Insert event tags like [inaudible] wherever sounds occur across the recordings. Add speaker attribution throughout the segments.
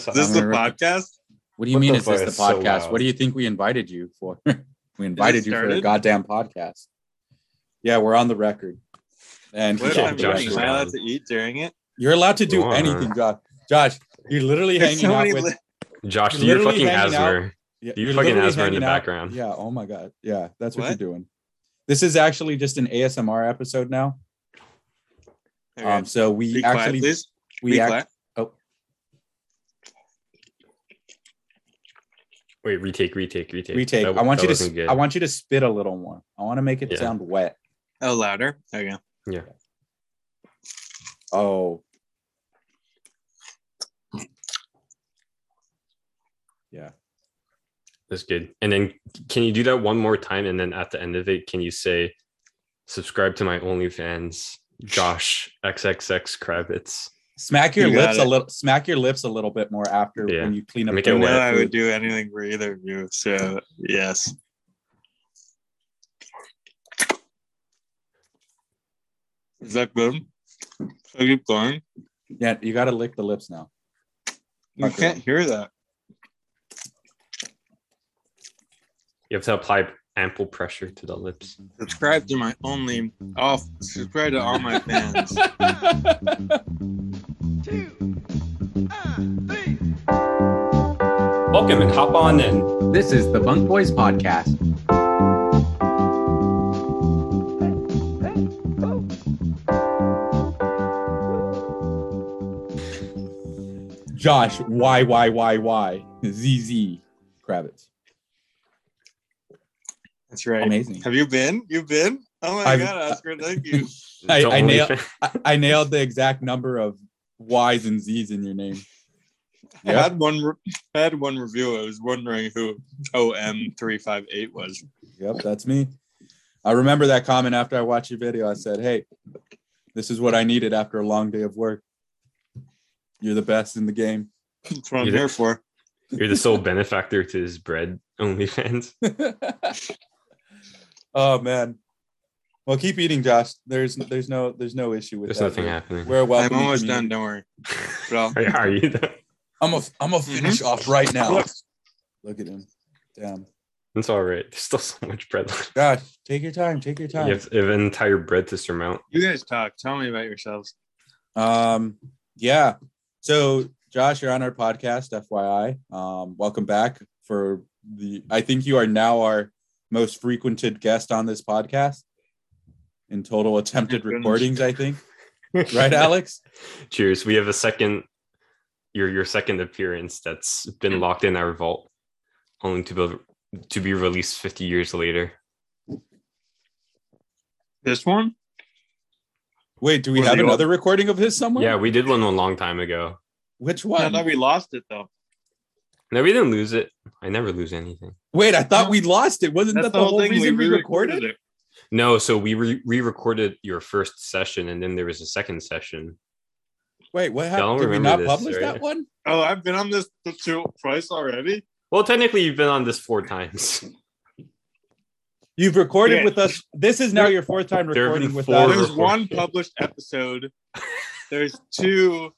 Speaker 1: So
Speaker 2: Is this
Speaker 1: I'm
Speaker 2: the
Speaker 1: gonna rip- [laughs]
Speaker 2: podcast?
Speaker 1: What do you
Speaker 3: What
Speaker 1: mean?
Speaker 3: the
Speaker 1: Is this
Speaker 3: fuck
Speaker 1: the
Speaker 3: is so
Speaker 1: podcast?
Speaker 3: loud?
Speaker 1: what do you think we invited you for? [laughs] we invited you for a
Speaker 2: started?
Speaker 1: goddamn podcast. Yeah, we're on the record. And
Speaker 2: What if
Speaker 3: Yeah,
Speaker 2: I'm
Speaker 3: Josh
Speaker 2: eating?
Speaker 3: is
Speaker 2: Am I
Speaker 3: on.
Speaker 2: allowed to eat E during it?
Speaker 1: you're allowed to do
Speaker 3: Go on.
Speaker 1: anything, Josh. Josh, you're literally
Speaker 2: There's
Speaker 1: hanging
Speaker 2: so
Speaker 1: out
Speaker 2: many
Speaker 1: with
Speaker 2: li-
Speaker 3: Josh,
Speaker 1: You're
Speaker 3: you're fucking
Speaker 1: literally hanging out.
Speaker 3: asthma.
Speaker 1: Yeah,
Speaker 3: You
Speaker 1: you're
Speaker 3: fucking asthma
Speaker 1: literally
Speaker 3: in the
Speaker 1: hanging out-
Speaker 3: background.
Speaker 1: Yeah. Oh my god. Yeah, that's what,
Speaker 2: What?
Speaker 1: you're doing. This is actually just an ASMR episode now.
Speaker 2: Okay.
Speaker 1: Um, so we
Speaker 2: Be quiet,
Speaker 1: actually
Speaker 2: please. Be
Speaker 1: we act-
Speaker 2: quiet.
Speaker 3: Wait, retake, retake, retake.
Speaker 1: retake.
Speaker 3: That-
Speaker 1: I want
Speaker 3: that
Speaker 1: you to.
Speaker 3: wasn't
Speaker 1: sp-
Speaker 3: good.
Speaker 1: I want you to spit a little more. I want to make it
Speaker 3: Yeah.
Speaker 1: sound wet.
Speaker 2: Oh, louder. Okay.
Speaker 1: Oh. Yeah.
Speaker 3: That's good. And then can you do that one more time? And then at the end of it, can you say, subscribe to my OnlyFans, Josh XXX Kravitz?
Speaker 1: Smack your
Speaker 2: You got
Speaker 1: lips a
Speaker 2: it.
Speaker 1: little. Smack your lips a little bit more after
Speaker 3: Yeah.
Speaker 1: when you clean up.
Speaker 3: Make
Speaker 1: the
Speaker 3: it
Speaker 2: I
Speaker 3: wet.
Speaker 2: know I
Speaker 1: food.
Speaker 2: would do anything for either of you. So yes. Is that good? So keep going.
Speaker 1: Yeah, you got to lick the lips now.
Speaker 2: You
Speaker 1: Okay.
Speaker 2: can't hear that.
Speaker 3: You have to apply ample pressure to the lips.
Speaker 2: Subscribe to my only off. Subscribe to all my
Speaker 1: [laughs]
Speaker 2: fans.
Speaker 3: Welcome and hop on in.
Speaker 4: This is the Bunk Boys Podcast.
Speaker 1: Josh, why, why, why, why? ZZ Kravitz.
Speaker 2: That's right.
Speaker 1: Amazing.
Speaker 2: Have you been? You've been? Oh my
Speaker 1: I've-
Speaker 2: god, Oscar! Thank you.
Speaker 1: I-
Speaker 3: The
Speaker 1: I nail-
Speaker 3: OnlyFans-
Speaker 1: I, I nailed the exact number of Y's and Z's in your name.
Speaker 2: I
Speaker 1: Yeah.
Speaker 2: had one. Re- I had one review. I was wondering who OM three five eight was.
Speaker 1: Yep, that's me. I remember that comment after I watched your video. I said, Hey, this is what I needed after a long day of work. You're the best in the game. [laughs]
Speaker 2: That's what I'm
Speaker 3: You
Speaker 2: here
Speaker 3: did-
Speaker 2: for.
Speaker 3: [laughs] You're the sole benefactor to his bread OnlyFans.
Speaker 1: oh man. Well, keep eating, Josh. There's there's no there's no issue with
Speaker 3: There's
Speaker 1: that.
Speaker 3: nothing
Speaker 1: We're-
Speaker 3: happening. [laughs]
Speaker 1: We're a
Speaker 2: I'm
Speaker 1: welcoming
Speaker 2: almost done.
Speaker 1: community.
Speaker 2: Don't worry. But I'll-
Speaker 3: Are, are you?
Speaker 1: I'm a I'm a finish off right now.
Speaker 2: Mm-hmm. Look.
Speaker 1: Look at him. Damn.
Speaker 3: It's all right. There's still so much bread left.
Speaker 1: Gosh, take your time. Take your time.
Speaker 3: You have, you have an entire bread to surmount.
Speaker 2: you guys talk. Tell me about yourselves.
Speaker 1: Um, yeah. So Josh, you're on our podcast, FYI. Um, welcome back for the I think you are now our most frequented guest on this podcast in total
Speaker 2: Thank
Speaker 1: attempted
Speaker 2: goodness.
Speaker 1: recordings, I think.
Speaker 3: [laughs]
Speaker 1: Right, Alex?
Speaker 3: Cheers. We have a second your your second appearance that's
Speaker 1: Mm.
Speaker 3: been locked in our vault, only to be to be released 50 years later.
Speaker 2: This one?
Speaker 1: Wait, do we
Speaker 2: Or
Speaker 1: have
Speaker 2: the old-
Speaker 1: another recording of his somewhere?
Speaker 3: Yeah, we did one a long time ago.
Speaker 1: Which
Speaker 2: I
Speaker 1: one?
Speaker 2: thought we lost it though.
Speaker 3: No, we didn't lose it. I never lose anything.
Speaker 1: Wait, I thought we lost it. Wasn't
Speaker 2: That's
Speaker 1: that the whole, reason we
Speaker 2: re-recorded
Speaker 1: recorded it?
Speaker 3: No, so we re- re-recorded your first session, and then there was a second session.
Speaker 1: Wait, what
Speaker 3: Y'all
Speaker 1: happened? Did we
Speaker 3: remember
Speaker 1: not
Speaker 3: this,
Speaker 1: publish that
Speaker 3: right?
Speaker 1: one?
Speaker 2: Oh, I've been on this the two twice already.
Speaker 3: Well, technically, you've been on this four times. [laughs]
Speaker 1: You've recorded
Speaker 2: Yeah.
Speaker 1: with us. This is now your fourth time
Speaker 3: There have
Speaker 1: recording
Speaker 3: been
Speaker 1: with
Speaker 3: four
Speaker 1: us.
Speaker 2: There's
Speaker 3: recorded.
Speaker 2: one published episode. There's two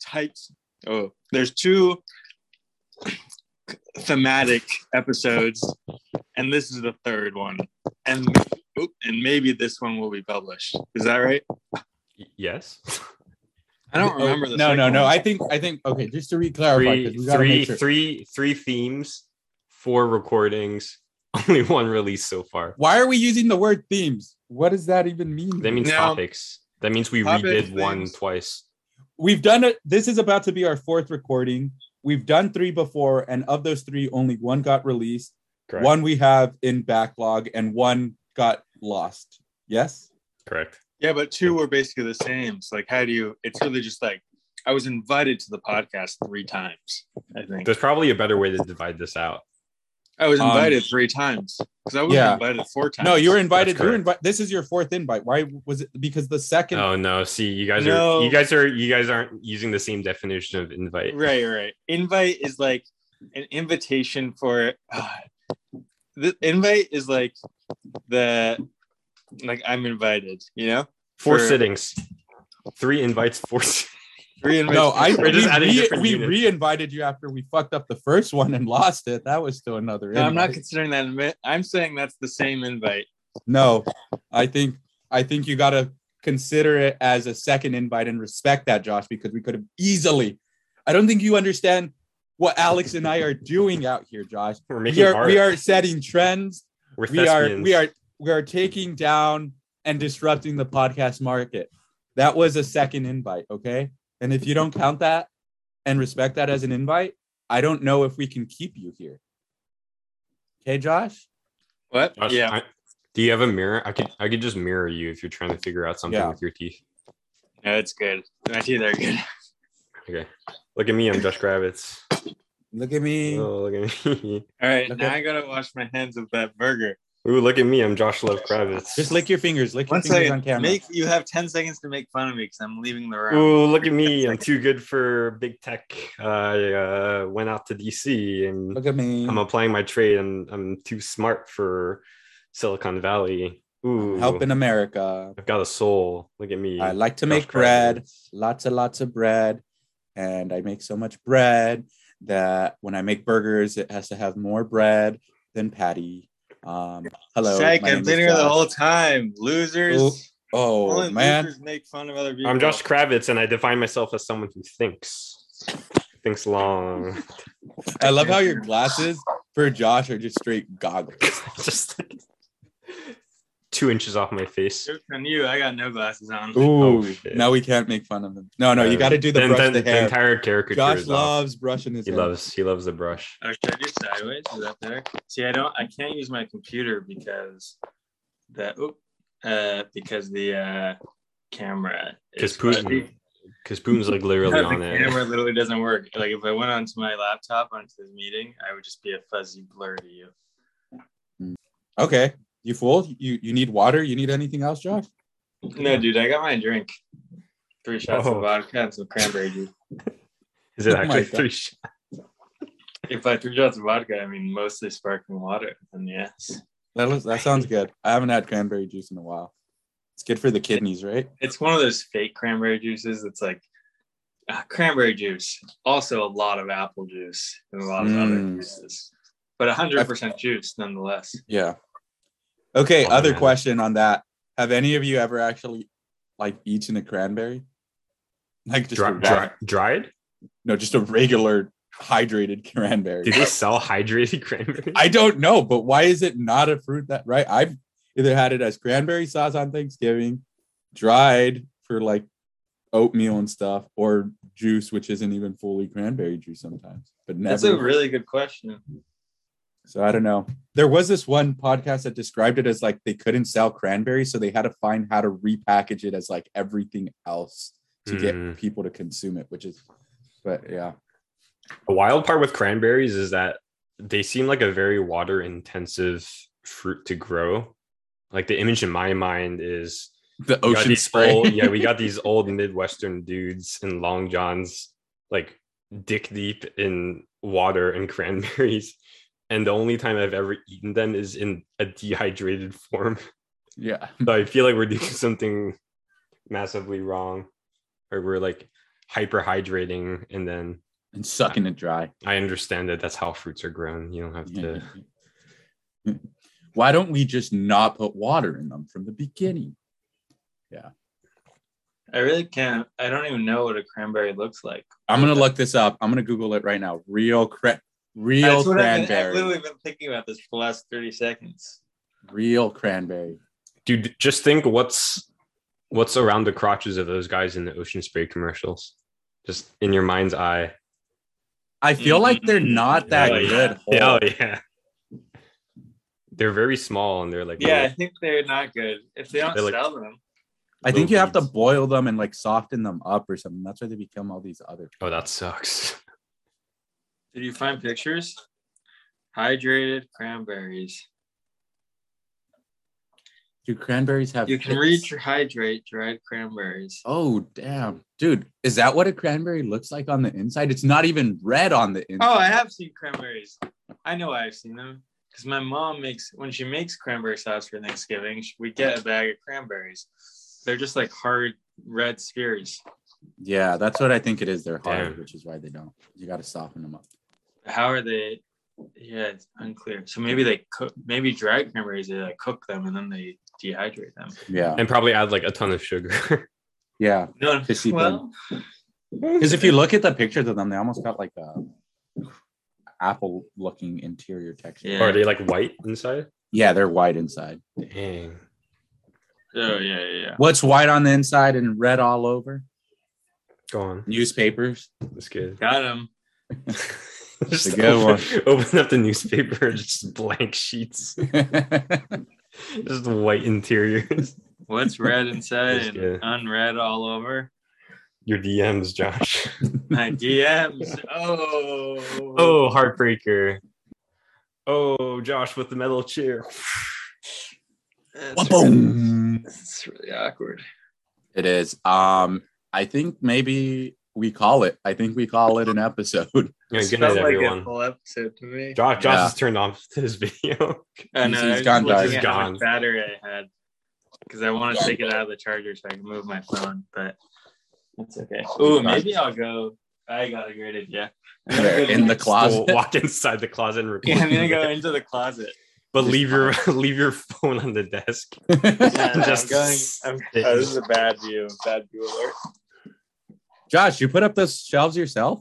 Speaker 2: types. Oh, there's two thematic episodes, and this is the third one. And oop, and maybe this one will be published. Is that right?
Speaker 3: Y-
Speaker 1: [laughs]
Speaker 3: yes,
Speaker 2: I don't
Speaker 1: Oh,
Speaker 2: remember the
Speaker 1: No,
Speaker 2: second
Speaker 1: no, no.
Speaker 2: one.
Speaker 1: I think I think okay. Just to re-clarify,
Speaker 3: three,
Speaker 1: 'cause we gotta
Speaker 3: three,
Speaker 1: make sure.
Speaker 3: three- three themes, four recordings, [laughs] only one release so far.
Speaker 1: Why are we using the word themes? What does that even mean?
Speaker 3: That means
Speaker 2: No.
Speaker 3: topics. That means we
Speaker 2: Topic
Speaker 3: redid one
Speaker 2: things.
Speaker 3: twice.
Speaker 1: We've done it. This is about to be our fourth recording. We've done three before, and of those three, only one got released.
Speaker 3: Correct.
Speaker 1: One we have in backlog, and one got lost. Yes.
Speaker 3: Correct.
Speaker 2: Yeah, but two were basically the same. So like, how do you? It's really just like I was invited to the podcast three times. I think
Speaker 3: There's probably a better way to divide this out.
Speaker 2: I was
Speaker 1: Um,
Speaker 2: invited three times because I was
Speaker 1: yeah.
Speaker 2: invited four times.
Speaker 1: No, you were invited. You're
Speaker 3: correct.
Speaker 1: invited. This is your fourth invite. Why was it? Because the second.
Speaker 3: Oh no! See, you guys
Speaker 2: No.
Speaker 3: are you guys are you guys aren't using the same definition of invite.
Speaker 2: right, right. Invite is like an invitation for. uh, the invite is like the like I'm invited. You know,
Speaker 3: Four
Speaker 2: For-
Speaker 3: sittings, three invites, four. sit-
Speaker 2: Reinvite-
Speaker 1: No, I
Speaker 3: Oh, We're just adding
Speaker 1: we,
Speaker 3: different
Speaker 1: we, we
Speaker 3: units.
Speaker 1: re-invited you after we fucked up the first one and [laughs] lost it. That was still another.
Speaker 2: No, I'm not
Speaker 1: invite.
Speaker 2: considering that. Admit. I'm saying that's the same invite.
Speaker 1: No, I think I think you gotta consider it as a second invite and respect that, Josh, because we could have easily. I don't think you understand what Alex and I are doing out here, Josh.
Speaker 3: [laughs] We're
Speaker 1: We
Speaker 3: making
Speaker 1: are
Speaker 3: art.
Speaker 1: we are setting trends.
Speaker 3: We're
Speaker 1: We are
Speaker 3: thespians.
Speaker 1: we are we are taking down and disrupting the podcast market. That was a second invite, okay? And if you don't count that and respect that as an invite, I don't know if we can keep you here. Okay, Josh?
Speaker 2: What?
Speaker 3: Josh,
Speaker 2: yeah.
Speaker 3: I- do you have a mirror? I could I could just mirror you if you're trying to figure out something
Speaker 1: Yeah.
Speaker 3: with your teeth.
Speaker 2: No, it's good. My teeth are good. [laughs]
Speaker 3: Okay. Look at me, I'm Josh
Speaker 1: [laughs]
Speaker 3: Kravitz.
Speaker 1: Look at me.
Speaker 3: Oh, look at me. [laughs]
Speaker 2: All right,
Speaker 1: Okay.
Speaker 2: now I gotta wash my hands of that burger.
Speaker 3: Ooh, look at me, I'm Josh Love Kravitz.
Speaker 1: Just lick your fingers. Lick your
Speaker 2: One
Speaker 1: fingers on
Speaker 2: second.
Speaker 1: camera.
Speaker 2: Make you have ten seconds to make fun of me because I'm leaving the room.
Speaker 3: Ooh, look at me,
Speaker 1: [laughs]
Speaker 3: I'm too good for big tech. I uh, went out to DC and
Speaker 1: Look at me.
Speaker 3: I'm applying my trade. I'm I'm too smart for Silicon Valley. Ooh,
Speaker 1: Helping America.
Speaker 3: I've got a soul. Look at me.
Speaker 1: I like to
Speaker 3: Josh
Speaker 1: make
Speaker 3: Kravitz.
Speaker 1: bread, lots and lots of bread. And I make so much bread that when I make burgers, it has to have more bread than patty. Um, hello.
Speaker 2: Psych,
Speaker 1: my name
Speaker 2: I've
Speaker 1: is
Speaker 2: been here the
Speaker 1: Josh.
Speaker 2: whole time. Losers.
Speaker 1: Ooh, Oh,
Speaker 2: Only
Speaker 1: man.
Speaker 2: losers make fun of other people.
Speaker 3: I'm Josh Kravitz, and I define myself as someone who thinks, thinks long. [laughs]
Speaker 1: I love how your glasses for Josh are just straight goggles.
Speaker 3: Just two inches off my face.
Speaker 2: Jokes on you. I got no glasses on.
Speaker 1: Ooh,
Speaker 3: Oh, shit.
Speaker 1: Oh,
Speaker 3: Uh,
Speaker 1: now we can't make fun of him. No, no, you got to do the
Speaker 3: Then-
Speaker 1: brush
Speaker 3: then
Speaker 1: the hair.
Speaker 3: entire caricature.
Speaker 1: Josh
Speaker 3: is off.
Speaker 1: loves brushing his
Speaker 3: He
Speaker 1: hair.
Speaker 3: loves. He loves the brush.
Speaker 2: Or should I do sideways? Is that better? See, I don't. I can't use my computer because that. oop, Uh, because the uh, camera.
Speaker 3: Because
Speaker 2: is fuzzy. [laughs]
Speaker 3: Putin. Because Putin's like literally
Speaker 2: the
Speaker 3: on
Speaker 2: camera
Speaker 3: it.
Speaker 2: literally doesn't work. Like if I went onto my laptop onto this meeting, I would just be a fuzzy blur to you.
Speaker 1: Okay. You fool. You you need water? You need anything else, Josh?
Speaker 2: No, dude, I got my drink. Three shots
Speaker 3: Oh.
Speaker 2: of vodka and some cranberry juice.
Speaker 3: Is it
Speaker 1: [laughs] Oh my
Speaker 3: actually
Speaker 1: God.
Speaker 3: three? sh-
Speaker 2: If I three shots of vodka, I mean mostly sparkling water. And yes,
Speaker 1: That looks, that sounds good. I haven't had cranberry juice in a while. It's good for the kidneys, right?
Speaker 2: it's one of those fake cranberry juices. It's like uh, cranberry juice, also a lot of apple juice and a lot of other
Speaker 1: Mm.
Speaker 2: juices, but hundred percent juice nonetheless.
Speaker 1: Yeah. Okay.
Speaker 3: Oh,
Speaker 1: other
Speaker 3: man.
Speaker 1: question on that: Have any of you ever actually like eaten a cranberry? Like just a
Speaker 3: Dry,
Speaker 1: ra-
Speaker 3: dry, dried?
Speaker 1: no, just a regular hydrated [laughs] cranberry.
Speaker 3: Do they sell hydrated [laughs] cranberry?
Speaker 1: I don't know, but why is it not a fruit that right? I've either had it as cranberry sauce on Thanksgiving, dried for like oatmeal and stuff, or juice, which isn't even fully cranberry juice sometimes, but never.
Speaker 2: That's a really good question.
Speaker 1: So I don't know. There was this one podcast that described it as like they couldn't sell cranberry, so they had to find how to repackage it as like everything else to
Speaker 3: Mm.
Speaker 1: get people to consume it, which is but yeah.
Speaker 3: The wild part with cranberries is that they seem like a very water intensive fruit to grow. Like the image in my mind is
Speaker 1: The
Speaker 3: we got these old-
Speaker 1: [laughs]
Speaker 3: yeah, we got these old Midwestern dudes in long johns, like dick deep in water and [laughs] cranberries. And the only time I've ever eaten them is in a dehydrated form.
Speaker 1: yeah.
Speaker 3: So I feel like we're doing [laughs] something massively wrong, or we're like hyperhydrating, and then
Speaker 1: And sucking it dry.
Speaker 3: I understand that that's how fruits are grown. You don't have to.
Speaker 1: Why don't we just not put water in them from the beginning?
Speaker 2: I really can't. I don't even know what a cranberry looks like.
Speaker 1: I'm gonna look this up. I'm gonna Google it right now. Real cra- real
Speaker 2: That's what I've, been, I've
Speaker 1: cranberry.
Speaker 2: literally been thinking about this for the last 30 seconds.
Speaker 1: real cranberry.
Speaker 3: Dude, just think what's what's around the crotches of those guys in the Ocean Spray commercials. Just in your mind's eye.
Speaker 1: I feel like they're
Speaker 2: Mm.
Speaker 1: not that
Speaker 3: Oh, yeah.
Speaker 1: good.
Speaker 3: [laughs] Yeah, Oh
Speaker 1: whole.
Speaker 3: yeah. They're very small and they're like
Speaker 2: Yeah, I think they're not good. If they don't
Speaker 3: They're like-
Speaker 2: sell them,
Speaker 1: I think you have to
Speaker 3: Movies.
Speaker 1: boil them and like soften them up or something. That's why they become all these other.
Speaker 3: oh that sucks. [laughs]
Speaker 2: did you find pictures? Hydrated cranberries.
Speaker 1: Do cranberries have?
Speaker 2: You can
Speaker 1: pits?
Speaker 2: reach or hydrate dried cranberries.
Speaker 1: Oh damn, dude! Is that what a cranberry looks like on the inside? It's not even red on the inside.
Speaker 2: Oh, I have seen cranberries. I know I've seen them because my mom makes when she makes cranberry sauce for Thanksgiving. sh- We get a bag of cranberries. They're just like hard red spheres.
Speaker 1: Yeah, that's what I think it is. They're hard,
Speaker 3: Damn.
Speaker 1: which is why they don't. You got to soften them up.
Speaker 2: How are they? Yeah, it's unclear. So maybe they cook, maybe dry cranberries, they like cook them and then they dehydrate them.
Speaker 1: Yeah,
Speaker 3: and probably add like a ton of sugar. [laughs]
Speaker 1: yeah.
Speaker 2: No,
Speaker 1: To see
Speaker 2: well,
Speaker 1: Because if you look at the pictures of them, they almost got like a apple-looking interior texture.
Speaker 2: Yeah.
Speaker 3: Or Are they like white inside?
Speaker 1: Yeah, they're white inside.
Speaker 3: Dang.
Speaker 2: oh, yeah, yeah, yeah.
Speaker 1: What's white on the inside and red all over?
Speaker 3: Go on.
Speaker 1: [laughs] Newspapers.
Speaker 3: That's good.
Speaker 2: Got him.
Speaker 3: [laughs] just
Speaker 1: a good
Speaker 3: open, open up the newspaper, [laughs] just blank sheets, just white interiors.
Speaker 2: What's red inside
Speaker 3: That's
Speaker 2: and
Speaker 3: good.
Speaker 2: unread all over?
Speaker 3: Your DMs, Josh.
Speaker 2: My DMs. Oh.
Speaker 3: [laughs] Oh, heartbreaker. Oh, Josh with the metal chair.
Speaker 2: That's really,
Speaker 1: Boom.
Speaker 2: that's really awkward.
Speaker 1: It is. Um, I think maybe we call it. I think we call it an episode. [laughs]
Speaker 3: Yeah,
Speaker 2: This
Speaker 3: good
Speaker 2: felt
Speaker 3: night,
Speaker 2: like
Speaker 3: everyone.
Speaker 2: a full episode to me.
Speaker 3: Josh, Josh
Speaker 1: Yeah.
Speaker 3: has turned [laughs] off his video.
Speaker 2: And uh,
Speaker 1: He's-
Speaker 2: I
Speaker 1: he's
Speaker 2: was
Speaker 1: gone,
Speaker 2: looking
Speaker 3: guys.
Speaker 2: at how much
Speaker 3: Gone.
Speaker 2: battery I had because I want to take it out of the charger so I can move my phone, but that's okay. Ooh,
Speaker 1: Gone.
Speaker 2: maybe I'll go. I got a great idea. I'm gonna
Speaker 1: They're
Speaker 2: go
Speaker 1: in the
Speaker 2: next-
Speaker 1: closet.
Speaker 3: We'll walk inside the closet and record.
Speaker 2: [laughs] Yeah, I'm gonna go into the closet.
Speaker 3: [laughs] But leave your leave your phone on the desk.
Speaker 2: [laughs] Yeah,
Speaker 3: Just-
Speaker 2: I'm going.
Speaker 3: [laughs]
Speaker 2: I'm, oh, this is a bad view. Bad view alert.
Speaker 1: [laughs] Josh, you put up those shelves yourself?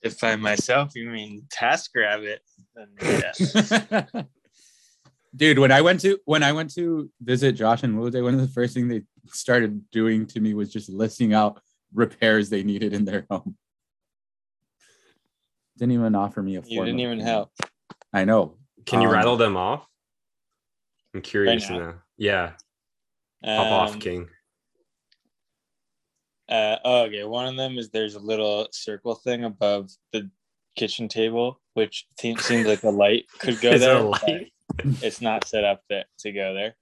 Speaker 2: If by myself you mean task rabbit, then yes.
Speaker 3: [laughs]
Speaker 1: [laughs] Dude, when I went to when I went to visit Josh and Wilde, one of the first things they started doing to me was just listing out repairs they needed in their home. Didn't even offer me a.
Speaker 2: You
Speaker 1: formal
Speaker 2: didn't even
Speaker 1: thing.
Speaker 2: help.
Speaker 1: I know.
Speaker 3: Can you
Speaker 1: Um,
Speaker 3: rattle them off? I'm curious
Speaker 2: now.
Speaker 3: now. Yeah,
Speaker 2: Um,
Speaker 3: pop off, King.
Speaker 2: Uh, oh, okay. One of them is there's a little circle thing above the kitchen table, which seems, seems like a light could go
Speaker 3: Is it
Speaker 2: there.
Speaker 3: a
Speaker 2: but
Speaker 3: light?
Speaker 2: It's not set up that, to go there.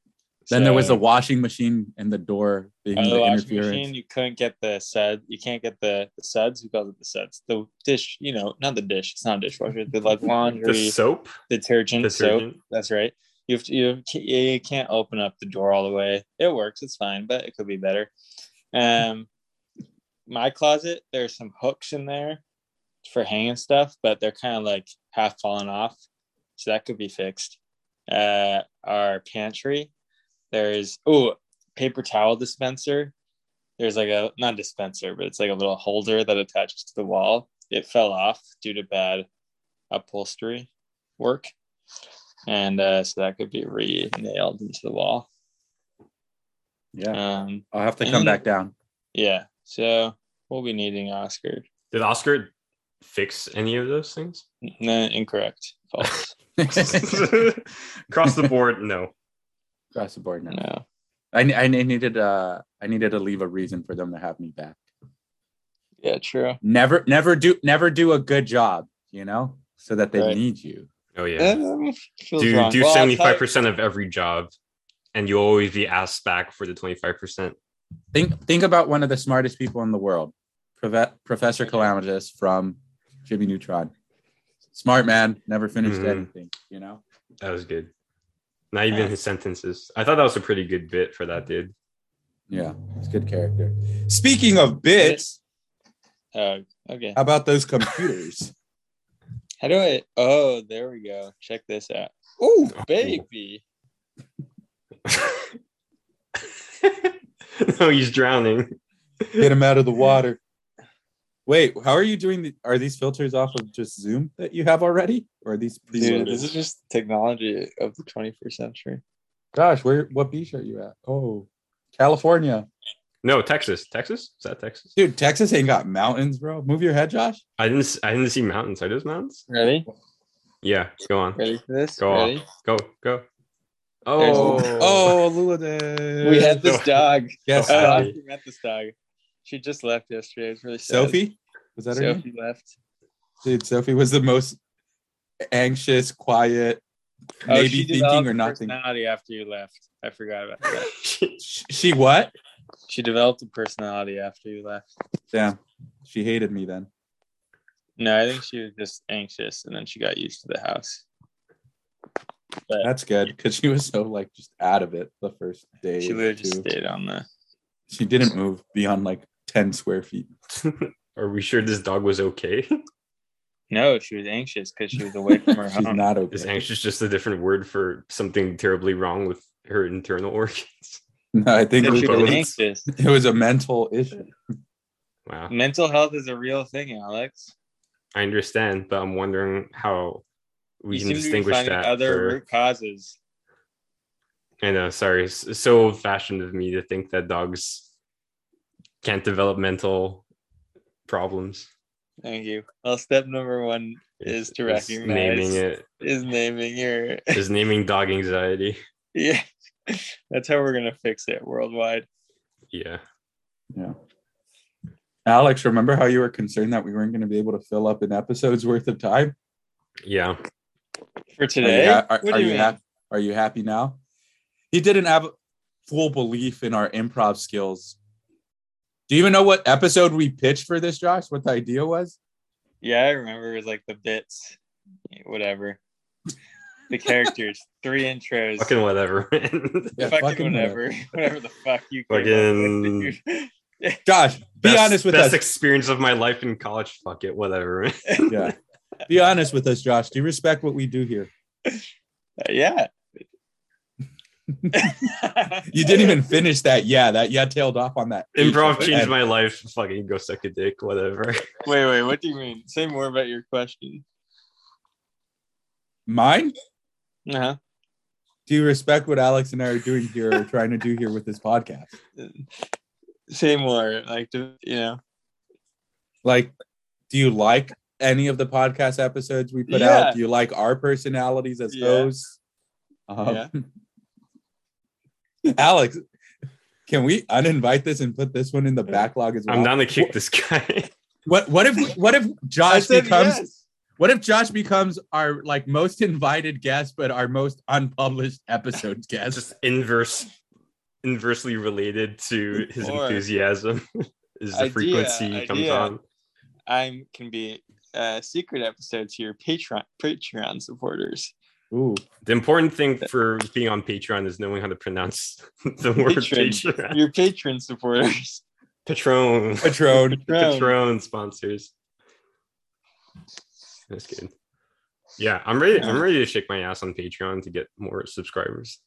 Speaker 1: Then there was
Speaker 2: So,
Speaker 1: the washing machine and the door being
Speaker 2: oh, the
Speaker 1: the,
Speaker 2: washing
Speaker 1: interference.
Speaker 2: machine. You couldn't get the sud. You can't get the, the suds. Who calls it the suds? The dish. You know, not the dish. It's not a dishwasher. The like
Speaker 3: The
Speaker 2: laundry
Speaker 3: soap
Speaker 2: detergent, soap.
Speaker 3: detergent.
Speaker 2: That's right. You have to, you, ca- you can't open up the door all the way. It works. It's fine, but it could be better. Um, my closet, there's some hooks in there for hanging stuff, but they're kind of like half fallen off, so that could be fixed. Uh, our pantry, there's oh paper towel dispenser. There's like a not dispenser, but it's like a little holder that attaches to the wall. It fell off due to bad upholstery work and uh, so that could be re nailed into the wall.
Speaker 1: Yeah,
Speaker 2: Um,
Speaker 1: I'll have to
Speaker 2: and
Speaker 1: come
Speaker 2: then-
Speaker 1: back [laughs] down.
Speaker 2: yeah, so we'll be needing Oscar.
Speaker 3: Did Oscar fix any of those things? [laughs]
Speaker 2: No, incorrect, false.
Speaker 3: Across the board, no.
Speaker 1: Across the board now.
Speaker 2: no,
Speaker 1: I, ne- I ne- needed uh I needed to leave a reason for them to have me back.
Speaker 2: yeah, true.
Speaker 1: Never never do never do a good job, you know, so that they
Speaker 2: Right.
Speaker 1: need you.
Speaker 3: Oh yeah.
Speaker 2: Um, feels
Speaker 3: do
Speaker 2: wrong.
Speaker 3: do
Speaker 2: Well, I'll
Speaker 3: seventy five
Speaker 2: tell you-
Speaker 3: percent of every job, and you'll always be asked back for the twenty five percent.
Speaker 1: Think think about one of the smartest people in the world, Prove- Professor Calamitous from Jimmy Neutron. Smart man, never finished
Speaker 2: Mm-hmm.
Speaker 3: Mhm.
Speaker 1: anything, you know.
Speaker 3: That was good. Not even his sentences. I thought that was a pretty good bit for that dude. [laughs]
Speaker 1: Yeah, it's good character. Speaking of bits,
Speaker 2: Oh, okay.
Speaker 1: how about those computers?
Speaker 2: How do I? Oh, there we go. Check this out,
Speaker 1: Ooh,
Speaker 2: baby.
Speaker 3: no, he's drowning.
Speaker 1: get him out of the water. Wait, how are you doing? The, are these filters off of just Zoom that you have already, or are these
Speaker 2: Dude,
Speaker 1: preloaded?
Speaker 2: this is just technology of the 21st century.
Speaker 1: Gosh, where what beach are you at? Oh, California,
Speaker 3: No, Texas. Texas? Is that Texas?
Speaker 1: dude. Texas ain't got mountains, bro. Move your head, Josh.
Speaker 3: I didn't s- I didn't see mountains. Are those mountains?
Speaker 2: Ready?
Speaker 3: Yeah, go on.
Speaker 2: Ready for this?
Speaker 3: Go on.
Speaker 2: Ready?
Speaker 3: Go, go. Oh,
Speaker 1: Oh, Lula
Speaker 2: We had this dog. [laughs]
Speaker 1: yes,
Speaker 2: Oh,
Speaker 3: Sorry.
Speaker 2: I met this dog. She just left yesterday. It was really sad.
Speaker 1: Sophie. Was that her name?
Speaker 2: Sophie left.
Speaker 1: Dude, Sophie was the most anxious, quiet,
Speaker 2: Oh,
Speaker 1: maybe thinking or not thinking.
Speaker 2: Personality after you left. I forgot about that.
Speaker 1: Sh- She what?
Speaker 2: [laughs] she developed a personality after you left.
Speaker 1: Damn, she hated me then.
Speaker 2: No, I think she was just anxious, and then she got used to the house.
Speaker 1: That's good because she was so like just out of it the first day.
Speaker 2: She
Speaker 1: or
Speaker 2: would have just
Speaker 1: two.
Speaker 2: stayed on the.
Speaker 1: She didn't move beyond like 10 square feet.
Speaker 3: [laughs] Are we sure this dog was okay?
Speaker 2: No, she was anxious because she was away from her
Speaker 1: [laughs] She's
Speaker 2: home.
Speaker 1: not okay.
Speaker 3: Is anxious just a different word for something terribly wrong with her internal [laughs] organs?
Speaker 1: No, I think
Speaker 2: Said
Speaker 1: it was,
Speaker 2: she was
Speaker 3: Both.
Speaker 2: anxious.
Speaker 1: it was a mental issue.
Speaker 3: Wow.
Speaker 2: Mental health is a real thing, Alex.
Speaker 3: I understand, but I'm wondering how we
Speaker 2: you
Speaker 3: can
Speaker 2: seem
Speaker 3: distinguish
Speaker 2: to be finding
Speaker 3: that.
Speaker 2: other
Speaker 3: for-
Speaker 2: root causes.
Speaker 3: I know, sorry. It's so old fashioned of me to think that dogs can't develop mental problems.
Speaker 2: Thank you. Well, step number one Is to recognize-
Speaker 3: naming it
Speaker 2: is naming your [laughs]
Speaker 3: is naming dog anxiety.
Speaker 2: yeah. That's how we're gonna fix it worldwide.
Speaker 3: Yeah.
Speaker 1: Alex, remember how you were concerned that we weren't going to be able to fill up an episode's worth of time?
Speaker 3: Yeah.
Speaker 2: For
Speaker 1: Are you
Speaker 2: today,
Speaker 1: ha- Are,
Speaker 2: What do
Speaker 1: are
Speaker 2: you
Speaker 1: you,
Speaker 2: mean?
Speaker 1: happy? Are you happy now? He didn't have full belief in our improv skills. Do you even know what episode we pitched for this, Josh? What the idea was?
Speaker 2: yeah, I remember it was like the bits, whatever. The
Speaker 1: [laughs]
Speaker 2: characters, three intros,
Speaker 3: Fucking whatever. [laughs] man.
Speaker 1: Yeah,
Speaker 2: fucking,
Speaker 1: fucking
Speaker 2: whatever, [laughs] whatever the fuck you came up with, dude.
Speaker 1: Josh, be
Speaker 3: Best-
Speaker 1: honest with
Speaker 3: best
Speaker 1: us.
Speaker 3: experience of my life in college. Fuck it, whatever. man.
Speaker 1: yeah. Be honest with us, Josh. Do you respect what we do here?
Speaker 2: Uh, [laughs]
Speaker 1: [laughs]
Speaker 2: yeah.
Speaker 1: You didn't even finish that. Yeah, that yeah tailed off on that.
Speaker 3: Improv
Speaker 1: And-
Speaker 3: changed my life. Fucking go suck a dick, [laughs] whatever.
Speaker 2: wait, wait. What do you mean? Say more about your question.
Speaker 1: mine.
Speaker 2: Uh
Speaker 1: Uh-huh.
Speaker 2: huh.
Speaker 1: Do you respect what Alex and I are doing here or trying to do here with this podcast?
Speaker 2: Say more. Like, to, you know.
Speaker 1: Like, do you like any of the podcast episodes we put
Speaker 2: Yeah.
Speaker 1: out? Do you like our personalities as
Speaker 2: Yeah.
Speaker 1: hosts? Um, [laughs] Alex, can we uninvite this and put this one in the backlog as well?
Speaker 3: I'm down to kick this guy. [laughs]
Speaker 1: what what if we- what if
Speaker 2: I
Speaker 1: Josh
Speaker 2: said
Speaker 1: becomes
Speaker 2: yes.
Speaker 1: what if Josh becomes our like most invited guest but our most unpublished episode
Speaker 3: It's [laughs]
Speaker 1: guest?
Speaker 3: just inverse, inversely related to his
Speaker 2: Or-
Speaker 3: enthusiasm. [laughs] Is the
Speaker 2: Idea,
Speaker 3: frequency he comes
Speaker 2: idea.
Speaker 3: on?
Speaker 2: I can be a secret episode to your Patreon Patreon supporters.
Speaker 1: Ooh,
Speaker 3: The important thing for being on Patreon is knowing how to pronounce [laughs] the word
Speaker 2: Patron.
Speaker 3: Patreon.
Speaker 2: Your patron supporters.
Speaker 3: Patron.
Speaker 1: Patron.
Speaker 2: Patron.
Speaker 3: Patron sponsors. That's good. Yeah, I'm ready. I'm ready to shake my ass on Patreon to get more subscribers.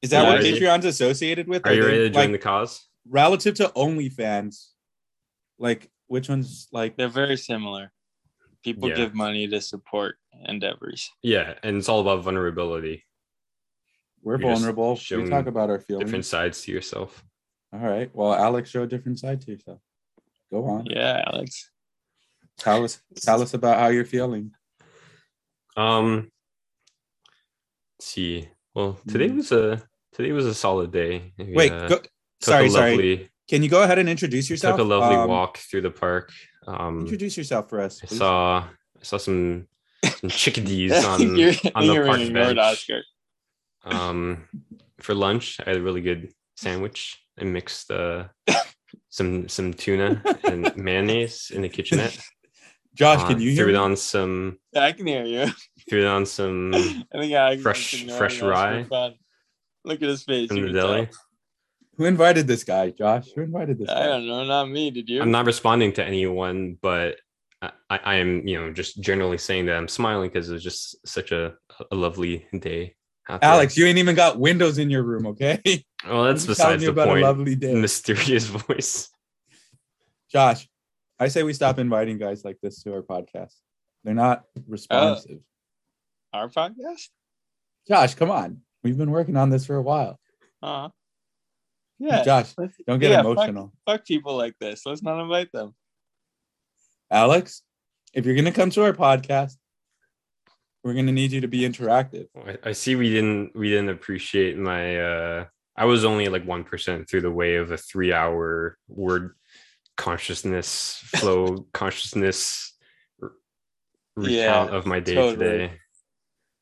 Speaker 1: Is that what
Speaker 3: Yeah.
Speaker 1: Patreon's associated with?
Speaker 3: Are you
Speaker 1: they,
Speaker 3: ready to join
Speaker 1: like,
Speaker 3: the cause?
Speaker 1: relative to OnlyFans? Like which one's like
Speaker 2: They're very similar. People
Speaker 3: Yeah.
Speaker 2: give money to support endeavors.
Speaker 3: Yeah, and it's all about vulnerability,
Speaker 1: we're
Speaker 3: You're just
Speaker 1: vulnerable. We
Speaker 3: showing
Speaker 1: talk about our feelings.
Speaker 3: different sides to yourself.
Speaker 1: All right. Well, Alex, show a different side to yourself. Go on.
Speaker 2: Yeah, Alex.
Speaker 1: Tell us tell us about how you're feeling.
Speaker 3: Um, let's see. Well, today
Speaker 1: Mm.
Speaker 3: was a today was a solid day. We,
Speaker 1: Wait,
Speaker 3: uh,
Speaker 1: go,
Speaker 3: took
Speaker 1: sorry,
Speaker 3: a
Speaker 1: sorry.
Speaker 3: lovely,
Speaker 1: Can you go ahead and introduce yourself?
Speaker 3: Took a lovely
Speaker 1: Um,
Speaker 3: walk through the park. Um,
Speaker 1: Introduce yourself for us.
Speaker 3: I
Speaker 1: please.
Speaker 3: saw I saw some
Speaker 1: [laughs]
Speaker 3: some
Speaker 2: [laughs]
Speaker 3: chickadees on
Speaker 2: You're-
Speaker 3: on the
Speaker 2: you're
Speaker 3: park
Speaker 2: ignored,
Speaker 3: bench.
Speaker 2: Oscar.
Speaker 3: um for lunch. I had a really good sandwich. I mixed uh
Speaker 1: [laughs]
Speaker 3: some some tuna and mayonnaise in the kitchenette.
Speaker 1: Josh,
Speaker 3: Uh,
Speaker 1: can you hear
Speaker 3: threw
Speaker 1: me?
Speaker 3: it on some
Speaker 2: Yeah, I can hear you.
Speaker 3: threw it on some
Speaker 2: [laughs] I think I was
Speaker 3: Hmm. Fresh-
Speaker 2: ignoring
Speaker 3: fresh
Speaker 2: us for
Speaker 3: rye.
Speaker 2: fun. Look at his face.
Speaker 3: from
Speaker 2: you
Speaker 3: the
Speaker 2: can
Speaker 3: deli.
Speaker 1: Who invited this guy, Josh? Who invited this
Speaker 2: tell. I
Speaker 1: guy?
Speaker 2: don't know, not me. Did you?
Speaker 3: I'm not responding to anyone, but I, I I am, you know, just generally saying that I'm smiling because it was just such a, a lovely day. out there.
Speaker 1: Alex, you ain't even got windows in your room, okay?
Speaker 3: well, that's
Speaker 1: I'm telling
Speaker 3: besides
Speaker 1: [laughs] you
Speaker 3: the
Speaker 1: about
Speaker 3: point.
Speaker 1: a lovely day.
Speaker 3: [laughs] Mysterious voice.
Speaker 1: Josh, I say we stop inviting guys like this to our podcast. They're not responsive.
Speaker 2: Our podcast?
Speaker 1: Josh, come on. We've been working on this for a while.
Speaker 2: Uh-huh. Yeah.
Speaker 1: Josh,
Speaker 2: let's-
Speaker 1: don't get
Speaker 2: yeah, fuck-
Speaker 1: emotional.
Speaker 2: Fuck people like this. Let's not invite them.
Speaker 1: Alex, if you're going to come to our podcast, we're going to need you to be interactive.
Speaker 3: I- I see we didn't we didn't appreciate my uh I was only like one percent through the way of a three hour word consciousness
Speaker 1: [laughs]
Speaker 3: flow consciousness r-
Speaker 2: Yeah,
Speaker 3: recount of my day
Speaker 2: totally.
Speaker 3: today.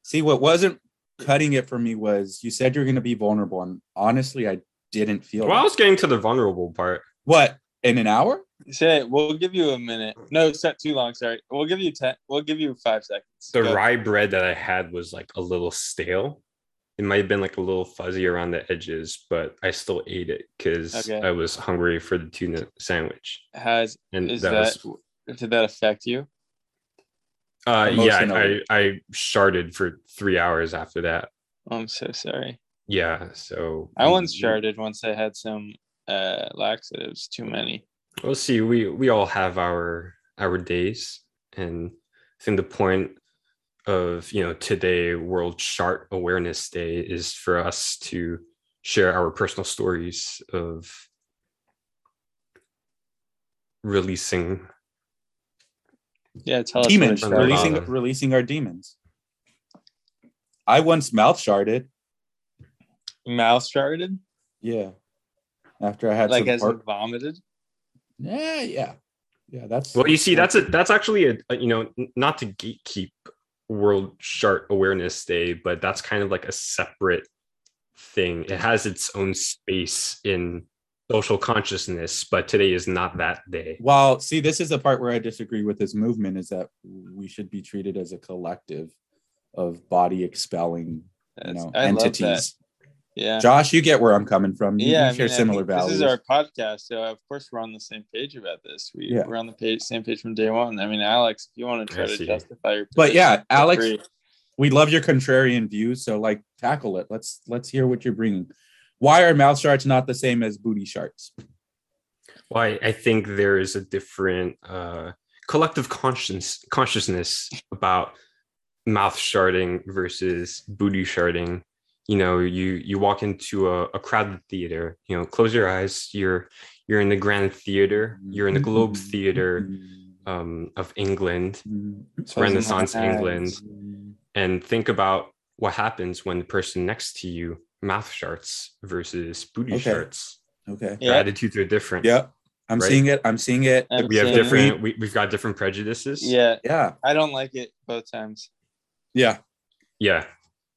Speaker 1: See, what wasn't cutting it for me was you said you're going to be vulnerable. And honestly, I didn't feel
Speaker 3: Well, I
Speaker 1: that.
Speaker 3: was getting to the vulnerable part.
Speaker 1: what in an hour?
Speaker 2: Say it. We'll give you a minute. No, it's not too long. Sorry. We'll give you ten. We'll give you five seconds.
Speaker 3: The
Speaker 2: Go.
Speaker 3: rye bread that I had was like a little stale. It might have been like a little fuzzy around the edges, but I still ate it because
Speaker 2: Okay.
Speaker 3: I was hungry for the tuna sandwich.
Speaker 2: Has
Speaker 3: And
Speaker 2: is
Speaker 3: that,
Speaker 2: that,
Speaker 3: was
Speaker 2: did that affect you?
Speaker 3: uh yeah, I,
Speaker 1: Emotionally.
Speaker 3: I sharded for three hours after that.
Speaker 2: Oh, I'm so sorry.
Speaker 3: Yeah. So
Speaker 2: I once
Speaker 3: we-
Speaker 2: sharded once I had some uh laxatives too many.
Speaker 3: We'll see. We we all have our our days, and I think the point of you know today World Chart Awareness Day is for us to share our personal stories of releasing.
Speaker 2: Yeah, tell us.
Speaker 1: demons
Speaker 2: what
Speaker 3: Sure.
Speaker 2: it is.
Speaker 1: releasing
Speaker 3: Father.
Speaker 1: releasing our demons. I once mouth sharded.
Speaker 2: Mouth sharded?
Speaker 1: Yeah. After I had
Speaker 2: like
Speaker 1: some
Speaker 2: as
Speaker 1: bar-
Speaker 2: in vomited?
Speaker 1: yeah, yeah, yeah. That's
Speaker 3: Well, you see, that's a that's actually a, a you know n- not to gatekeep World Chart Awareness Day, but that's kind of like a separate thing. It has its own space in social consciousness, but today is not that day.
Speaker 1: Well, see, this is the part where I disagree with this movement is that we should be treated as a collective of body expelling you
Speaker 2: That's,
Speaker 1: know,
Speaker 2: I
Speaker 1: entities.
Speaker 2: love that. Yeah.
Speaker 1: Josh, you get where I'm coming from. You,
Speaker 2: yeah, I
Speaker 1: you share
Speaker 2: mean, I
Speaker 1: similar
Speaker 2: think This
Speaker 1: values.
Speaker 2: is our podcast, so of course we're on the same page about this. We
Speaker 1: Yeah.
Speaker 2: we're on the page, same page from day one. I mean, Alex, if you want to try
Speaker 3: I
Speaker 2: to
Speaker 3: see.
Speaker 2: justify your,
Speaker 1: but yeah,
Speaker 2: position, feel
Speaker 1: Alex,
Speaker 2: free.
Speaker 1: we love your contrarian views. So like, tackle it. Let's let's hear what you're bringing. Why are mouth sharks not the same as booty sharks?
Speaker 3: Well, I, I think there is a different uh, collective conscience consciousness about mouth sharding versus booty sharding. You know, you you walk into a, a crowded theater. You know, close your eyes. You're you're in the Grand Theater. You're in the Globe
Speaker 2: Mm-hmm.
Speaker 3: Theater um, of England. It's
Speaker 2: Closing my
Speaker 3: Renaissance England.
Speaker 2: eyes.
Speaker 3: and think about what happens when the person next to you mouth sharts versus booty
Speaker 1: Okay.
Speaker 3: sharts.
Speaker 1: Okay.
Speaker 3: Their
Speaker 2: Yeah,
Speaker 3: attitudes are different.
Speaker 1: Yep. I'm
Speaker 3: Right.
Speaker 1: seeing it. I'm seeing it.
Speaker 2: I'm
Speaker 3: We have
Speaker 2: saying-
Speaker 3: different. We, we've got different prejudices.
Speaker 2: Yeah,
Speaker 1: Yeah.
Speaker 2: I don't like it both times.
Speaker 1: Yeah.
Speaker 3: Yeah.